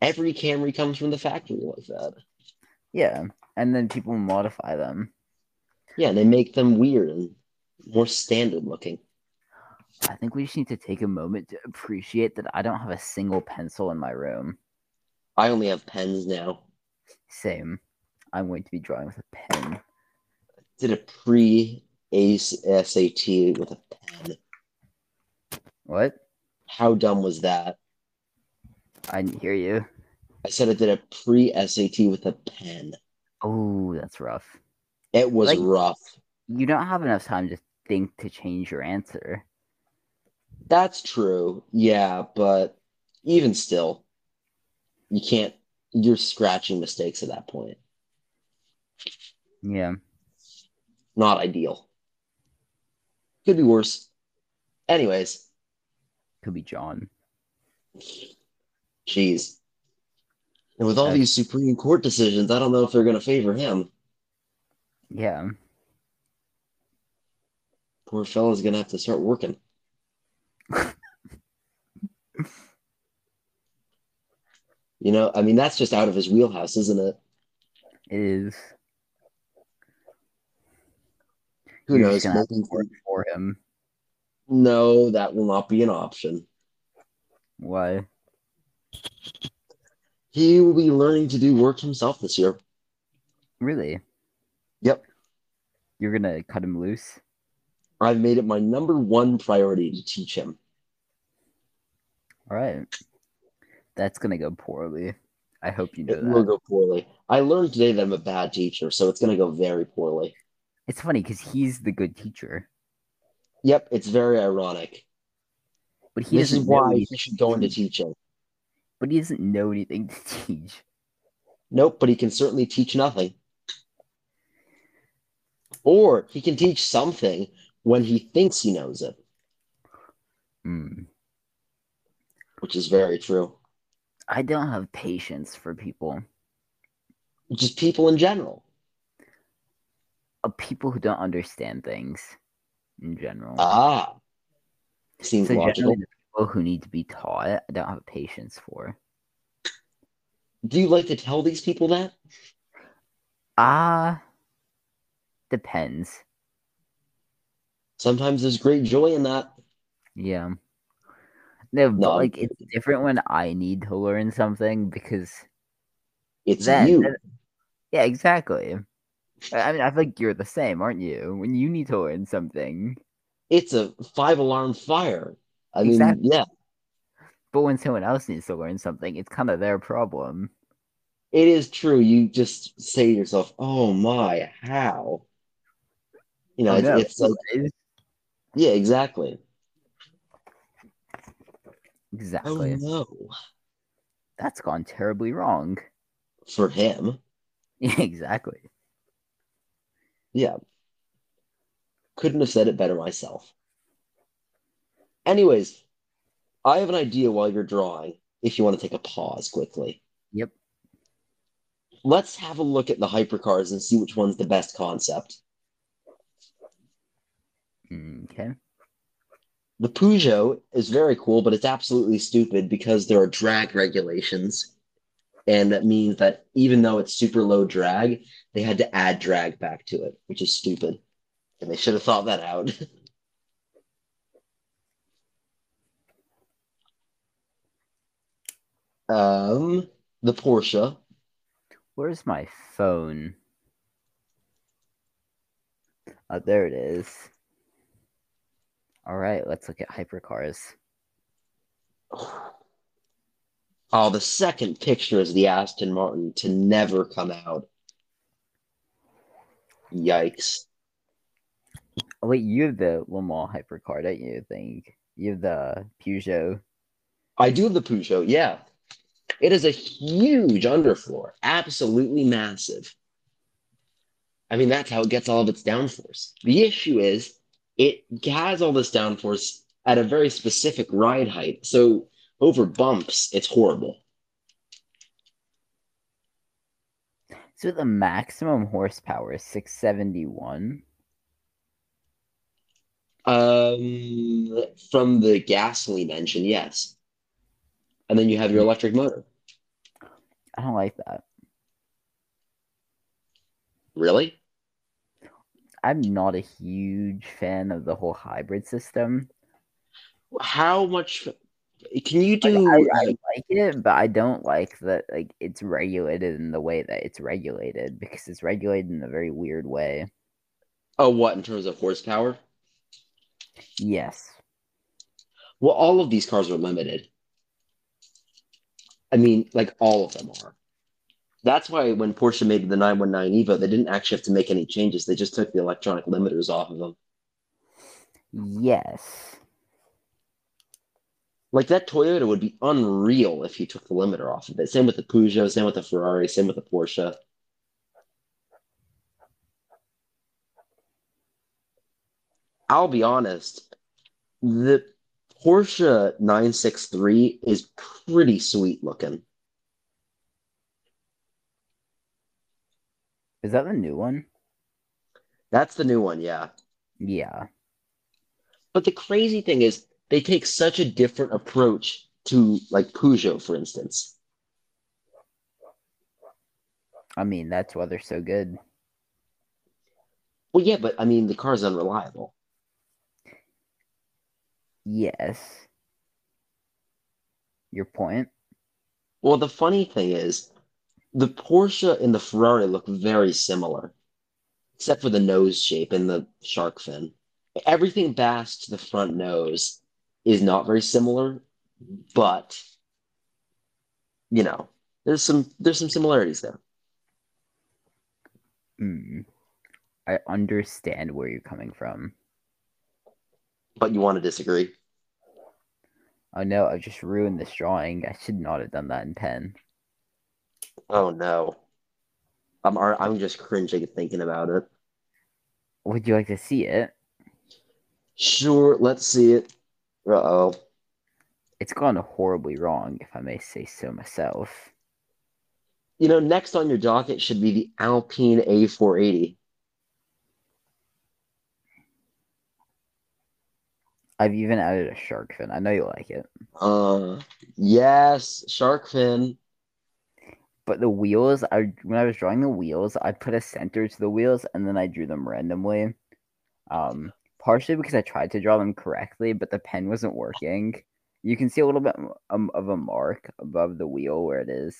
S3: Every Camry comes from the factory like that.
S1: Yeah. And then people modify them.
S3: Yeah, they make them weird and more standard looking.
S1: I think we just need to take a moment to appreciate that I don't have a single pencil in my room.
S3: I only have pens now.
S1: Same. I'm going to be drawing with a pen.
S3: Did a pre SAT with a pen.
S1: What?
S3: How dumb was that?
S1: I didn't hear you.
S3: I said I did a pre SAT with a pen.
S1: Oh, that's rough.
S3: It was
S1: Like-
S3: rough.
S1: You don't have enough time to think to change your answer.
S3: That's true. Yeah, but even still, you can't, you're scratching mistakes at that point.
S1: Yeah.
S3: Not ideal. Could be worse. Anyways,
S1: Could be John.
S3: jeez. And with all
S1: Okay.
S3: these Supreme Court decisions, I don't know if they're going to favor him.
S1: Yeah.
S3: Poor fella's going to have to start working. You know, I mean, that's just out of his wheelhouse, isn't it?
S1: It is.
S3: Who
S1: You're
S3: knows?
S1: just gonna have
S3: Maybe-
S1: Work for him.
S3: No, that will not be an option.
S1: Why?
S3: He will be learning to do work himself this year.
S1: Really?
S3: Yep.
S1: You're gonna cut him loose?
S3: I've made it my number one priority to teach him.
S1: All right. That's gonna go poorly. I hope you know
S3: It
S1: that.
S3: will go poorly. I learned today that I'm a bad teacher, so it's going to go very poorly.
S1: It's funny because he's the good teacher,
S3: Yep, it's very ironic.
S1: but he
S3: this is
S1: doesn't know
S3: why
S1: anything
S3: he should
S1: to
S3: go into
S1: teach.
S3: teaching.
S1: But he doesn't know anything to teach.
S3: Nope, but he can certainly teach nothing. Or he can teach something when he thinks he knows it,
S1: Mm.
S3: which is very true.
S1: I don't have patience for people.
S3: Just people in general.
S1: Uh, people who don't understand things in general.
S3: Ah,
S1: so
S3: seems
S1: generally,
S3: logical.
S1: the people who need to be taught, I don't have patience for.
S3: Do you like to tell these people that?
S1: Ah, depends.
S3: Sometimes there's great joy in that.
S1: Yeah. No, but
S3: No, I'm
S1: like it's different when I need to learn something because
S3: It's
S1: then,
S3: you.
S1: then- yeah, exactly. I I mean, I think you're the same, aren't you? When you need to learn something,
S3: It's a five alarm fire. I mean,
S1: Exactly.
S3: yeah,
S1: but when someone else needs to learn something, it's kind of their problem.
S3: it is true. You just say to yourself, oh my, how? You know,
S1: I
S3: it's,
S1: know.
S3: it's like, yeah, exactly.
S1: exactly.
S3: Oh no.
S1: That's gone terribly wrong.
S3: For him.
S1: Yeah, exactly.
S3: Yeah. Couldn't have said it better myself. Anyways, I have an idea while you're drawing, if you want to take a pause quickly.
S1: Yep.
S3: Let's have a look at the hypercars and see which one's the best concept.
S1: Mm, Okay.
S3: The Peugeot is very cool, but it's absolutely stupid because there are drag regulations. And that means that even though it's super low drag, they had to add drag back to it, which is stupid. And they should have thought that out. um, the Porsche.
S1: Where's my phone? Oh, there it is. All right, let's look at hypercars.
S3: Oh, the second picture is the Aston Martin to never come out. Yikes.
S1: Oh, wait, you have the Le Mans hypercar, don't you think? You have the Peugeot.
S3: I do have the Peugeot, yeah. It is a huge underfloor, absolutely massive. I mean, that's how it gets all of its downforce. The issue is it has all this downforce at a very specific ride height. So over bumps, it's horrible.
S1: So the maximum horsepower is 671.
S3: Um, from the gasoline engine, yes. And then you have your electric motor.
S1: I don't like that.
S3: Really?
S1: I'm not a huge fan of the whole hybrid system.
S3: How much can you
S1: Like,
S3: do?
S1: I, I like it, but I don't like that like it's regulated in the way that it's regulated because it's regulated in a very weird way.
S3: oh, what in terms of horsepower?
S1: Yes.
S3: Well, all of these cars are limited. I mean, like all of them are. That's why when Porsche made the 919 Evo, they didn't actually have to make any changes. They just took the electronic limiters off of them.
S1: Yes.
S3: Like that Toyota would be unreal if you took the limiter off of it. Same with the Peugeot, same with the Ferrari, same with the Porsche. I'll be honest, the Porsche 963 is pretty sweet looking.
S1: Is that the new one?
S3: That's the new one, yeah.
S1: Yeah.
S3: But the crazy thing is, they take such a different approach to like Peugeot, for instance.
S1: I mean, that's why they're so good.
S3: Well, yeah, but I mean, the car's unreliable.
S1: Yes. Your point?
S3: Well, the funny thing is, the Porsche and the Ferrari look very similar, except for the nose shape and the shark fin. Everything past the front nose is not very similar, but you know, there's some there's some similarities there.
S1: Mm. I understand where you're coming from.
S3: But you want to disagree?
S1: Oh no, I just ruined this drawing. I should not have done that in pen.
S3: Oh no, I'm ar- I'm just cringing thinking about it.
S1: Would you like to see it?
S3: Sure, let's see it. Uh oh.
S1: It's gone horribly wrong, if I may say so myself.
S3: You know, next on your docket should be the Alpine A480.
S1: I've even added a shark fin. I know you like it.
S3: Uh, yes, shark fin.
S1: But the wheels, I when I was drawing the wheels, I put a center to the wheels and then I drew them randomly. Um, partially because I tried to draw them correctly, but the pen wasn't working. You can see a little bit um, of a mark above the wheel where it is.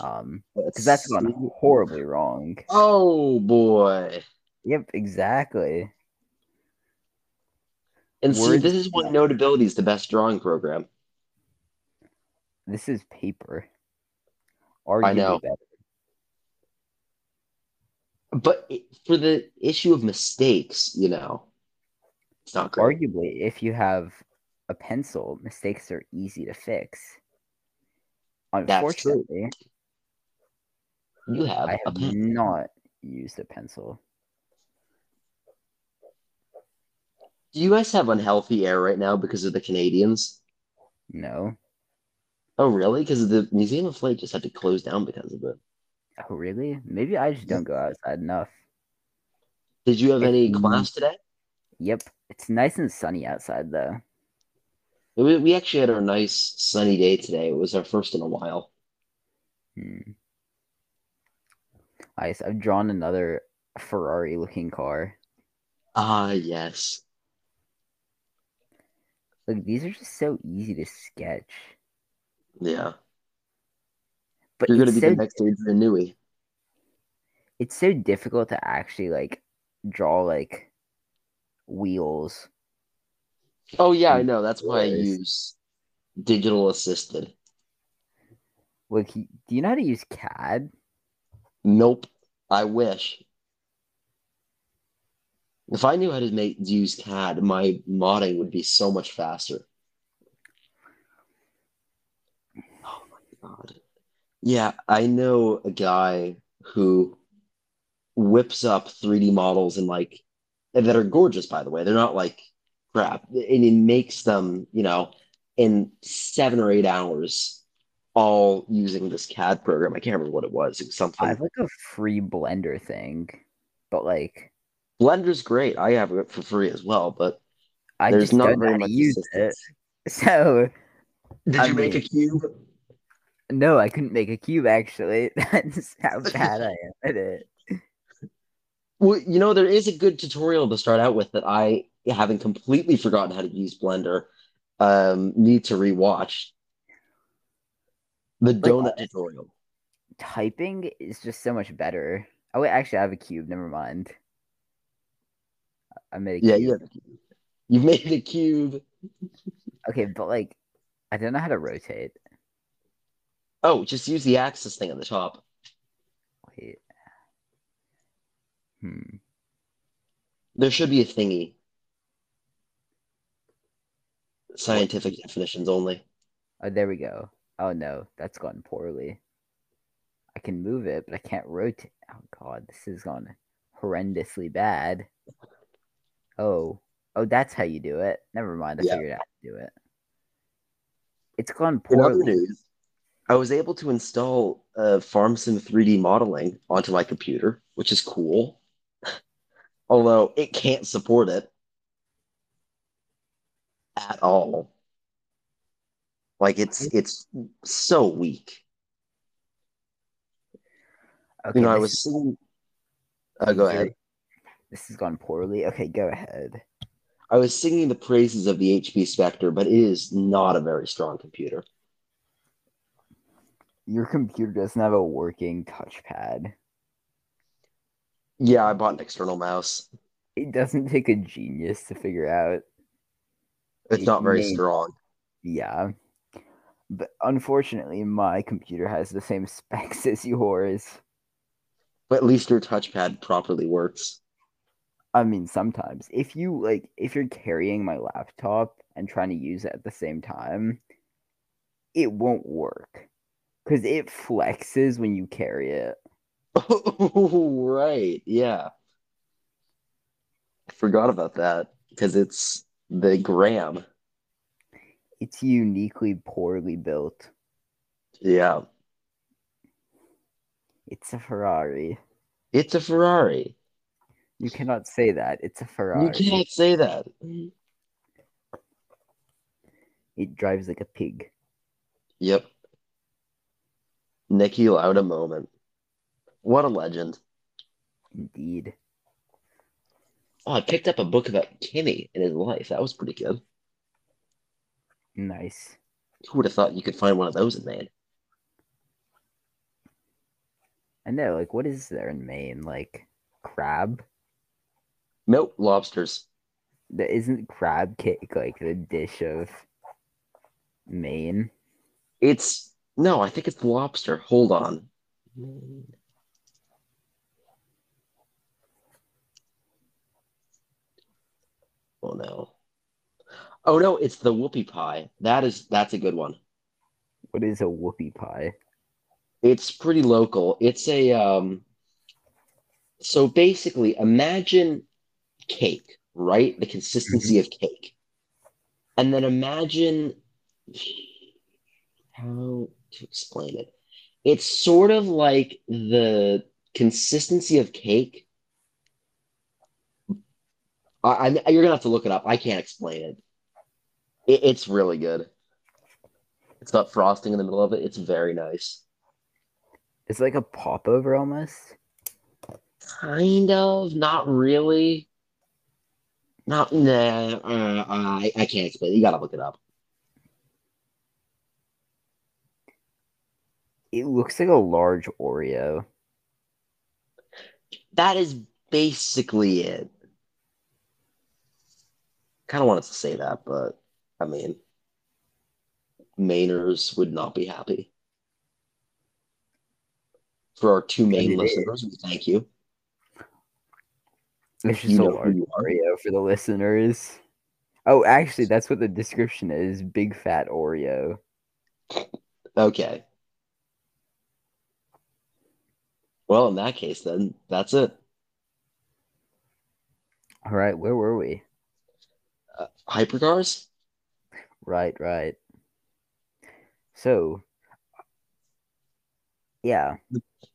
S1: Um, because that's gone horribly wrong.
S3: Oh boy.
S1: Yep, exactly.
S3: And see,
S1: Words-
S3: this is why Notability is the best drawing program.
S1: This is paper.
S3: I know.
S1: Arguably better.
S3: But it, for the issue of mistakes, you know, it's not great.
S1: Arguably, if you have a pencil, mistakes are easy to fix.
S3: That's true.
S1: Unfortunately,
S3: You have,
S1: I
S3: a
S1: have
S3: pen.
S1: not used a pencil.
S3: Do you guys have unhealthy air right now because of the Canadians?
S1: No.
S3: Oh, really? Because the Museum of Light just had to close down because of it.
S1: Oh, really? Maybe I just don't go outside enough.
S3: Did you have
S1: If
S3: any
S1: you-
S3: class today?
S1: Yep. It's nice and sunny outside, though.
S3: We, we actually had a nice sunny day today. It was our first in a while.
S1: Hmm. I guess I've drawn another Ferrari looking car.
S3: Ah, yes.
S1: Like, these are just so easy to sketch.
S3: Yeah.
S1: But
S3: You're going to
S1: it's
S3: be
S1: so
S3: the next Adrian Newey.
S1: it's so difficult to actually like draw like wheels.
S3: Oh, yeah, I know. That's why I
S1: Yes.
S3: use digital assisted.
S1: Like, y- do you know how to use CAD?
S3: Nope. I wish. If I knew how to make use CAD, my modding would be so much faster. Oh my god. Yeah, I know a guy who whips up 3D models and like and that are gorgeous by the way. They're not like crap. And he makes them, you know, in seven or eight hours all using this CAD program. I can't remember what it was. It was something.
S1: I have like a free Blender thing, but like
S3: Blender's great. I have it for free as well, but
S1: I
S3: there's
S1: just
S3: not
S1: don't know
S3: very
S1: how to
S3: much
S1: use
S3: assistance.
S1: it. So
S3: Did
S1: I
S3: you make a
S1: mean-
S3: cube?
S1: no, I couldn't make a cube actually. That's how bad I am at it.
S3: Well, you know, there is a good tutorial to start out with that I, having completely forgotten how to use Blender, um, need to rewatch. The donut
S1: honest-
S3: tutorial.
S1: Typing is just so much better. Oh wait, actually I have a cube, never mind. I made a
S3: Yeah,
S1: cube.
S3: you have a cube. You made a cube.
S1: Okay, but like I don't know how to rotate.
S3: Oh, just use the axis thing on the top.
S1: Wait. Hmm.
S3: There should be a thingy. Scientific definitions only.
S1: Oh, there we go. Oh no, that's gone poorly. I can move it, but I can't rotate. Oh god, this has gone horrendously bad. Oh, oh, that's how you do it. Never mind. I
S3: Yeah.
S1: figured out how to do it. It's gone
S3: In other
S1: poorly.
S3: news, I was able to install uh, FarmSim 3D modeling onto my computer, which is cool. Although it can't support it at all. Like it's it's so weak.
S1: Okay,
S3: You know, I
S1: this,
S3: was sitting. Uh, go ahead.
S1: this has gone poorly. Okay, go ahead.
S3: I was singing the praises of the HP Spectre, but it is not a very strong computer.
S1: Your computer doesn't have a working touchpad.
S3: Yeah, I bought an external mouse.
S1: It doesn't take a genius to figure out.
S3: It's not very
S1: Maybe.
S3: strong.
S1: Yeah. But unfortunately, my computer has the same specs as yours.
S3: But at least your touchpad properly works.
S1: I mean, sometimes if you like, if you're carrying my laptop and trying to use it at the same time, it won't work because it flexes when you carry it.
S3: Oh, right. Yeah. I forgot about that because it's the gram.
S1: It's uniquely poorly built.
S3: Yeah.
S1: It's a Ferrari.
S3: It's a Ferrari.
S1: You cannot say that. It's a Ferrari.
S3: You can't say that.
S1: It drives like a pig.
S3: Yep. Nicky Lauda moment. What a legend.
S1: Indeed.
S3: Oh, I picked up a book about Kimmy and his life. That was pretty good.
S1: Nice.
S3: Who would have thought you could find one of those in Maine?
S1: I know. Like, what is there in Maine? Like, crab?
S3: Nope, lobsters.
S1: That isn't crab cake like the dish of Maine.
S3: It's no, I think it's lobster. Hold on. Oh no. Oh no, it's the whoopie pie. That is that's a good one.
S1: What is a whoopie pie?
S3: It's pretty local. It's a um so basically imagine cake, right? The consistency of cake. And then imagine how to explain it. It's sort of like the consistency of cake. I, I'm- you're gonna have to look it up. I can't explain it. it. It's really good. It's got frosting in the middle of it. It's very nice.
S1: It's like a popover almost.
S3: Kind of, not really. Not nah. Uh, I I can't explain. It. You gotta look it up.
S1: It looks like a large Oreo.
S3: That is basically it. Kind of wanted to say that, but I mean, Mainers would not be happy. For our two main
S1: it is.
S3: listeners, we thank you.
S1: It's just
S3: You
S1: a
S3: know who
S1: large
S3: you are.
S1: Oreo for the listeners. Oh, actually, that's what the description is: big fat Oreo.
S3: Okay. Well, in that case, then that's it.
S1: All right, where were we?
S3: Hypercars.
S1: Right, right. So, yeah,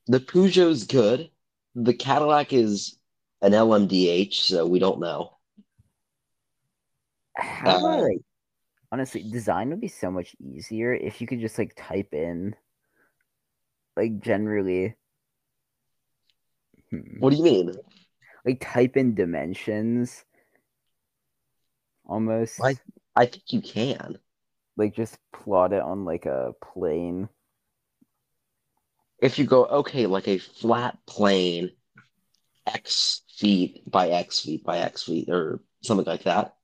S3: the Peugeot's good. The Cadillac is an LMDH, so we don't know.
S1: how do I,
S3: Uh,
S1: like honestly design would be so much easier if you could just like type in like generally hmm,
S3: What do you mean?
S1: like type in dimensions almost
S3: Like- I think you can.
S1: like just plot it on like a plane
S3: If you go, okay, like a flat plane, X feet by X feet by X feet, or something like that.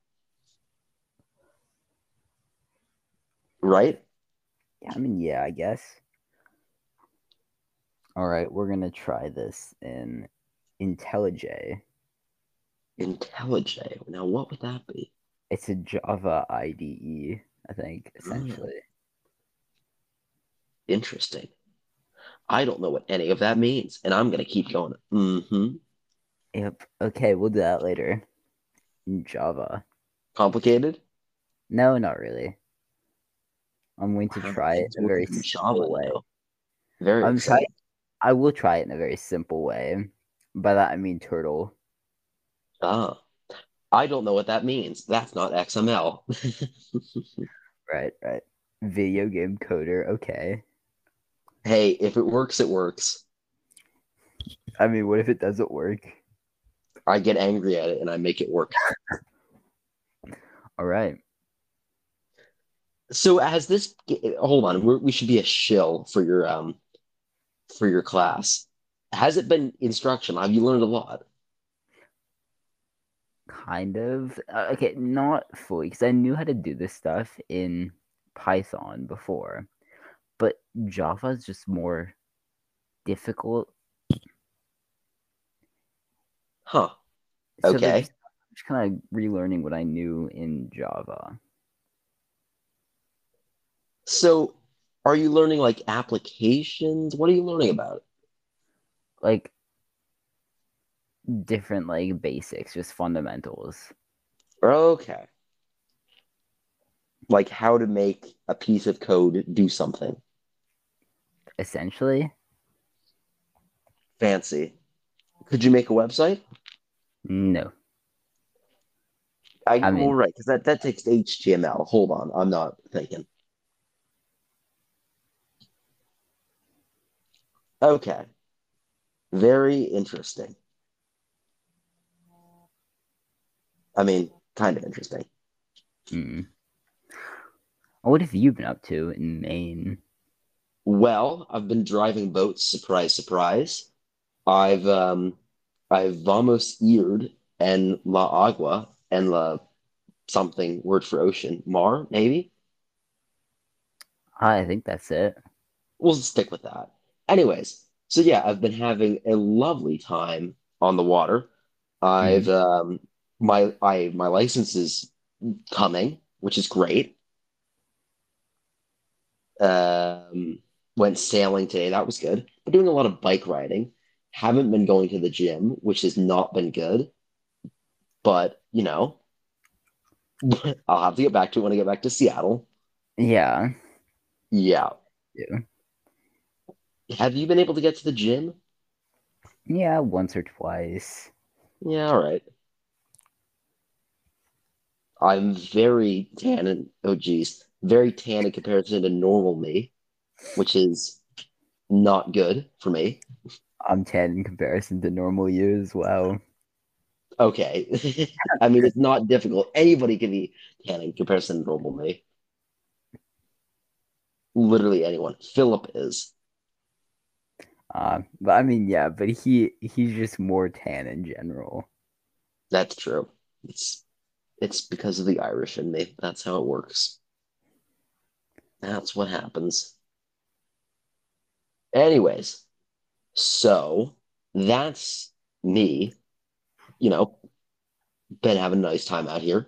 S3: Right?
S1: yeah i mean yeah i guess all right we're gonna try this in IntelliJ.
S3: IntelliJ. Now, what would that be?
S1: it's a java ide i think
S3: Mm.
S1: essentially
S3: Interesting. I don't know what any of that means, and I'm going to keep going. hmm.
S1: yep okay we'll do that later in java
S3: Complicated?
S1: No, not really. I'm going to
S3: Wow,
S1: try it
S3: it's
S1: in a very
S3: working in Java
S1: simple way.
S3: now. Very
S1: I'm
S3: exciting.
S1: trying. I will try it in a very simple way. By that I mean turtle.
S3: Ah, I don't know what that means. That's not XML.
S1: Right, right. Video game coder. Okay.
S3: hey, if it works, it works.
S1: I mean, what if it doesn't work?
S3: I get angry at it and I make it work.
S1: All right.
S3: So as this, g- hold on, we're, we should be a shill for your um, for your class. Has it been instruction? Have you learned a lot?
S1: Kind of. Uh, okay, not fully, because I knew how to do this stuff in Python before, but Java is just more difficult.
S3: Huh.
S1: So they're
S3: Okay.
S1: just, just kind of relearning what I knew in Java.
S3: So are you learning like applications? What are you learning about?
S1: Like, different, like, basics, just fundamentals.
S3: Okay. Like how to make a piece of code do something
S1: Essentially,
S3: fancy. Could you make a website?
S1: no.
S3: I,
S1: I mean-
S3: well, right, because that, that takes HTML. Hold on, I'm not thinking. Okay. Very interesting. I mean, kind of interesting.
S1: Mm. What have you been up to in Maine?
S3: Well, I've been driving boats, surprise, surprise. I've um I've vamos eared and la agua and la something word for ocean. Mar, maybe?
S1: Ah, I think that's it.
S3: we'll stick with that. Anyways, so yeah, I've been having a lovely time on the water. I've um my I my license is coming, which is great. Um went sailing today, that was good. Been doing a lot of bike riding. Haven't been going to the gym, which has not been good. But, you know, I'll have to get back to it when I get back to Seattle.
S1: Yeah.
S3: Yeah.
S1: Yeah.
S3: Have you been able to get to the gym?
S1: Yeah, once or twice.
S3: Yeah, all right. I'm very tan and oh geez, very tan in comparison to normal me, which is not good for me.
S1: I'm 10 in comparison to normal you as well.
S3: Okay. I mean, it's not difficult. Anybody can be tan in comparison to normal me. Literally anyone. Philip is.
S1: Uh, but I mean, yeah, but he he's just more tan in general.
S3: That's true. It's it's because of the Irish in me. That's how it works. That's what happens. Anyways, so that's me. You know, been having a nice time out here.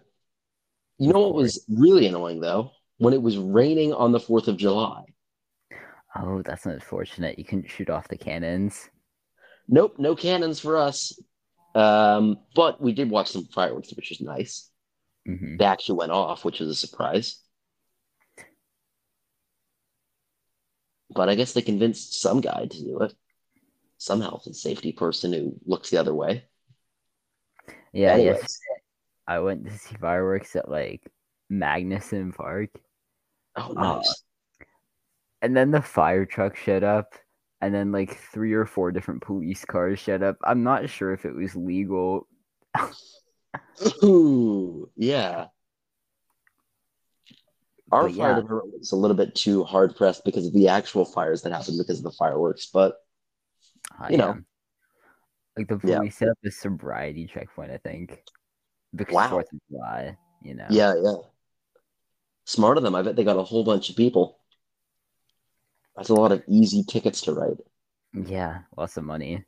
S3: You know what was really annoying though? When it was raining on the 4th of July.
S1: Oh, that's unfortunate. You couldn't shoot off the cannons.
S3: Nope, no cannons for us. Um, but we did watch some fireworks, which is nice.
S1: hmm
S3: They actually went off, which was a surprise. But I guess they convinced some guy to do it, some health and safety person who looks the other way.
S1: Yeah,
S3: Anyways,
S1: yes. I went to see fireworks at like Magnuson Park,
S3: oh
S1: Uh,
S3: nice.
S1: and then the fire truck showed up, and then like three or four different police cars showed up. I'm not sure if it was legal.
S3: Ooh, yeah. Our
S1: But
S3: fire
S1: yeah.
S3: department was a little bit too hard pressed because of the actual fires that happened because of the fireworks. But
S1: I
S3: You know.
S1: am. like the
S3: Yeah.
S1: police set up a sobriety checkpoint, I think, because
S3: Wow.
S1: Fourth of July, you know.
S3: yeah, yeah. Smart of them. I bet they got a whole bunch of people. That's a lot of easy tickets to write.
S1: Yeah, lots of money.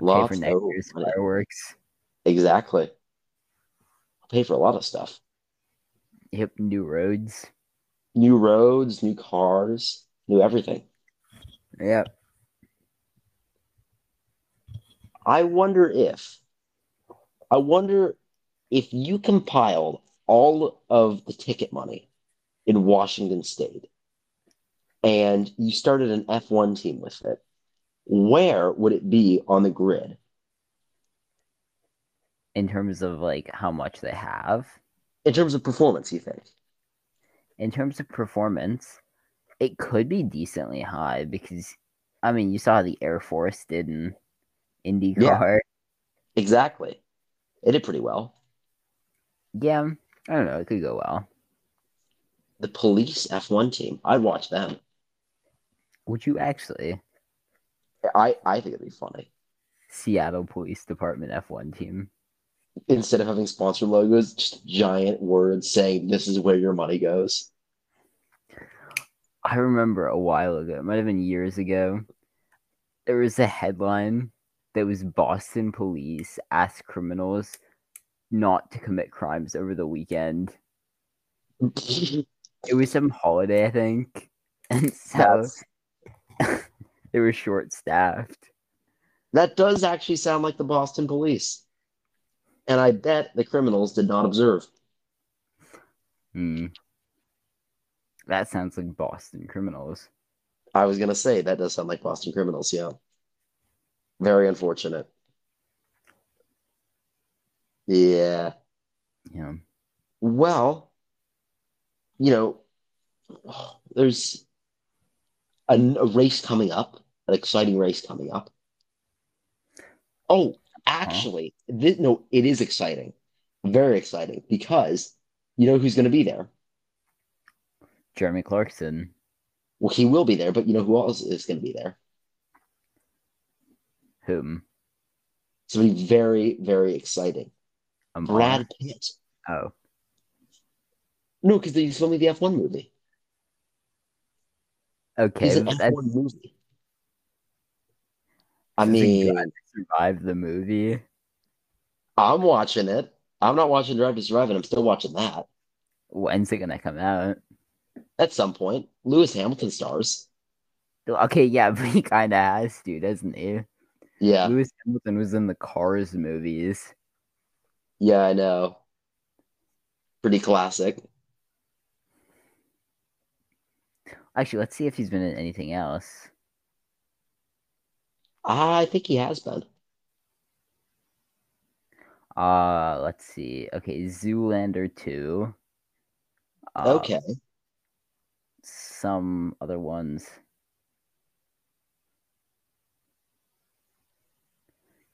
S3: Lots
S1: Pay for next
S3: of
S1: year's
S3: money.
S1: fireworks.
S3: Exactly. I'll pay for a lot of stuff.
S1: Yep, new roads.
S3: New roads, new cars, new everything.
S1: Yep.
S3: I wonder if I wonder if you compiled all of the ticket money in Washington state and you started an F1 team with it, where would it be on the grid?
S1: In terms of like how much they have,
S3: In terms of performance, you think?
S1: in terms of performance, it could be decently high because, I mean, you saw how the Air Force did in IndyCar.
S3: Exactly. It did pretty well.
S1: Yeah. I don't know. It could go well.
S3: the police F1 team. I'd watch them.
S1: Would you actually?
S3: I, I think it'd be funny.
S1: Seattle Police Department F1 team.
S3: Instead of having sponsor logos, just giant words saying this is where your money goes.
S1: I remember a while ago, it might have been years ago, there was a headline that was Boston police ask criminals not to commit crimes over the weekend. It was some holiday, I think. And so
S3: That's-
S1: they were short staffed.
S3: that does actually sound like the Boston police. And I bet the criminals did not observe.
S1: Hmm. That sounds like Boston criminals.
S3: I was going to say that does sound like Boston criminals. Yeah. Very unfortunate. Yeah.
S1: Yeah.
S3: Well, you know, there's a, a race coming up, an exciting race coming up. Oh, actually, thi- no, it is exciting. Very exciting because you know who's going to be there?
S1: Jeremy Clarkson.
S3: Well, he will be there, but you know who else is going to be there?
S1: Whom?
S3: Somebody very, very exciting.
S1: Um,
S3: Brad Pitt.
S1: Oh.
S3: No, because he's filming the F1 movie.
S1: Okay.
S3: He's an
S1: but
S3: F1
S1: that
S3: movie. I
S1: doesn't
S3: mean,
S1: drive- survived the movie.
S3: I'm watching it. I'm not watching Drive to Survive, and I'm still watching that
S1: When's it gonna come out?
S3: at some point. Lewis Hamilton stars.
S1: Okay, yeah, but he kinda has to, doesn't he?
S3: Yeah,
S1: Lewis Hamilton was in the Cars movies.
S3: yeah, I know. Pretty classic.
S1: Actually, let's see if he's been in anything else.
S3: I think he has been.
S1: Uh let's see. Okay, Zoolander two. Uh,
S3: Okay.
S1: Some other ones.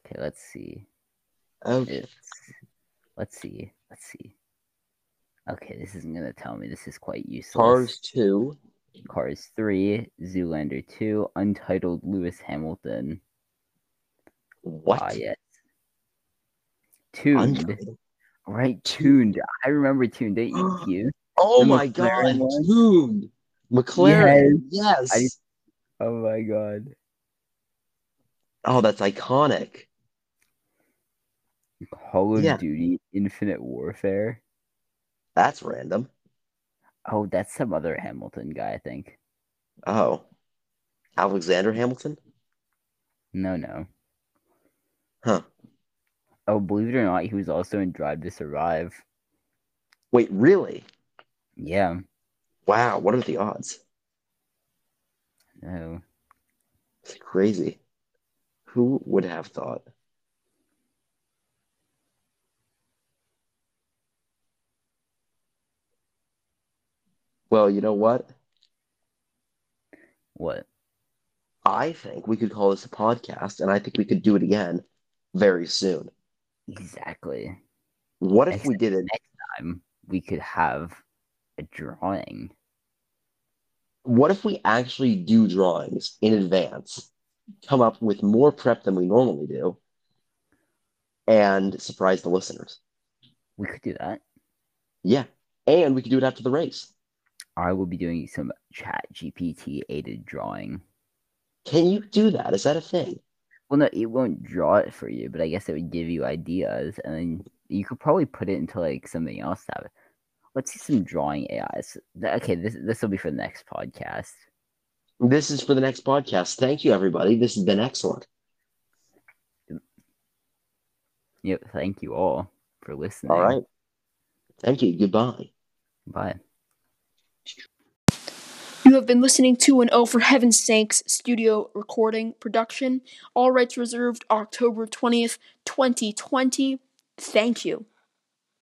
S1: Okay, let's see.
S3: Okay.
S1: It's, let's see. Let's see. Okay, this isn't gonna tell me. This is quite useless.
S3: Cars 2.
S1: Cars 3, Zoolander 2, Untitled Lewis Hamilton.
S3: What?
S1: Ah, yes. Tuned.
S3: Untitled.
S1: Right, tuned. I remember tuned, don't you? Q?
S3: Oh
S1: The
S3: my
S1: McLaren
S3: God.
S1: one?
S3: Dude. McLaren. Yes.
S1: I just- Oh my god.
S3: Oh, that's iconic.
S1: Call of
S3: Yeah.
S1: Duty Infinite Warfare.
S3: That's random.
S1: Oh, that's some other Hamilton guy, I think.
S3: Oh. Alexander Hamilton?
S1: No, no.
S3: Huh.
S1: Oh, believe it or not, he was also in Drive to Survive.
S3: Wait, really?
S1: Yeah,
S3: Wow. What are the odds?
S1: no.
S3: It's crazy. Who would have thought? Well, you know what?
S1: What?
S3: I think we could call this a podcast, and I think we could do it again very soon.
S1: Exactly.
S3: What if we did it?
S1: Um, we could have a drawing.
S3: What if we actually do drawings in advance, come up with more prep than we normally do, and surprise the listeners?
S1: We could do that.
S3: Yeah. And we could do it after the race.
S1: I will be doing some chat GPT aided drawing.
S3: Can you do that? Is that a thing?
S1: Well, no, it won't draw it for you, but I guess it would give you ideas, and then you could probably put it into like something else. That let's see some drawing AIs. Th- Okay, this this will be for the next podcast.
S3: This is for the next podcast. Thank you, everybody. This has been excellent.
S1: Yep, thank you all for listening.
S3: All right. Thank you. Goodbye.
S1: bye.
S4: You have been listening to an Oh for Heaven's Sakes studio recording production. All rights reserved October 20th, 2020. Thank you.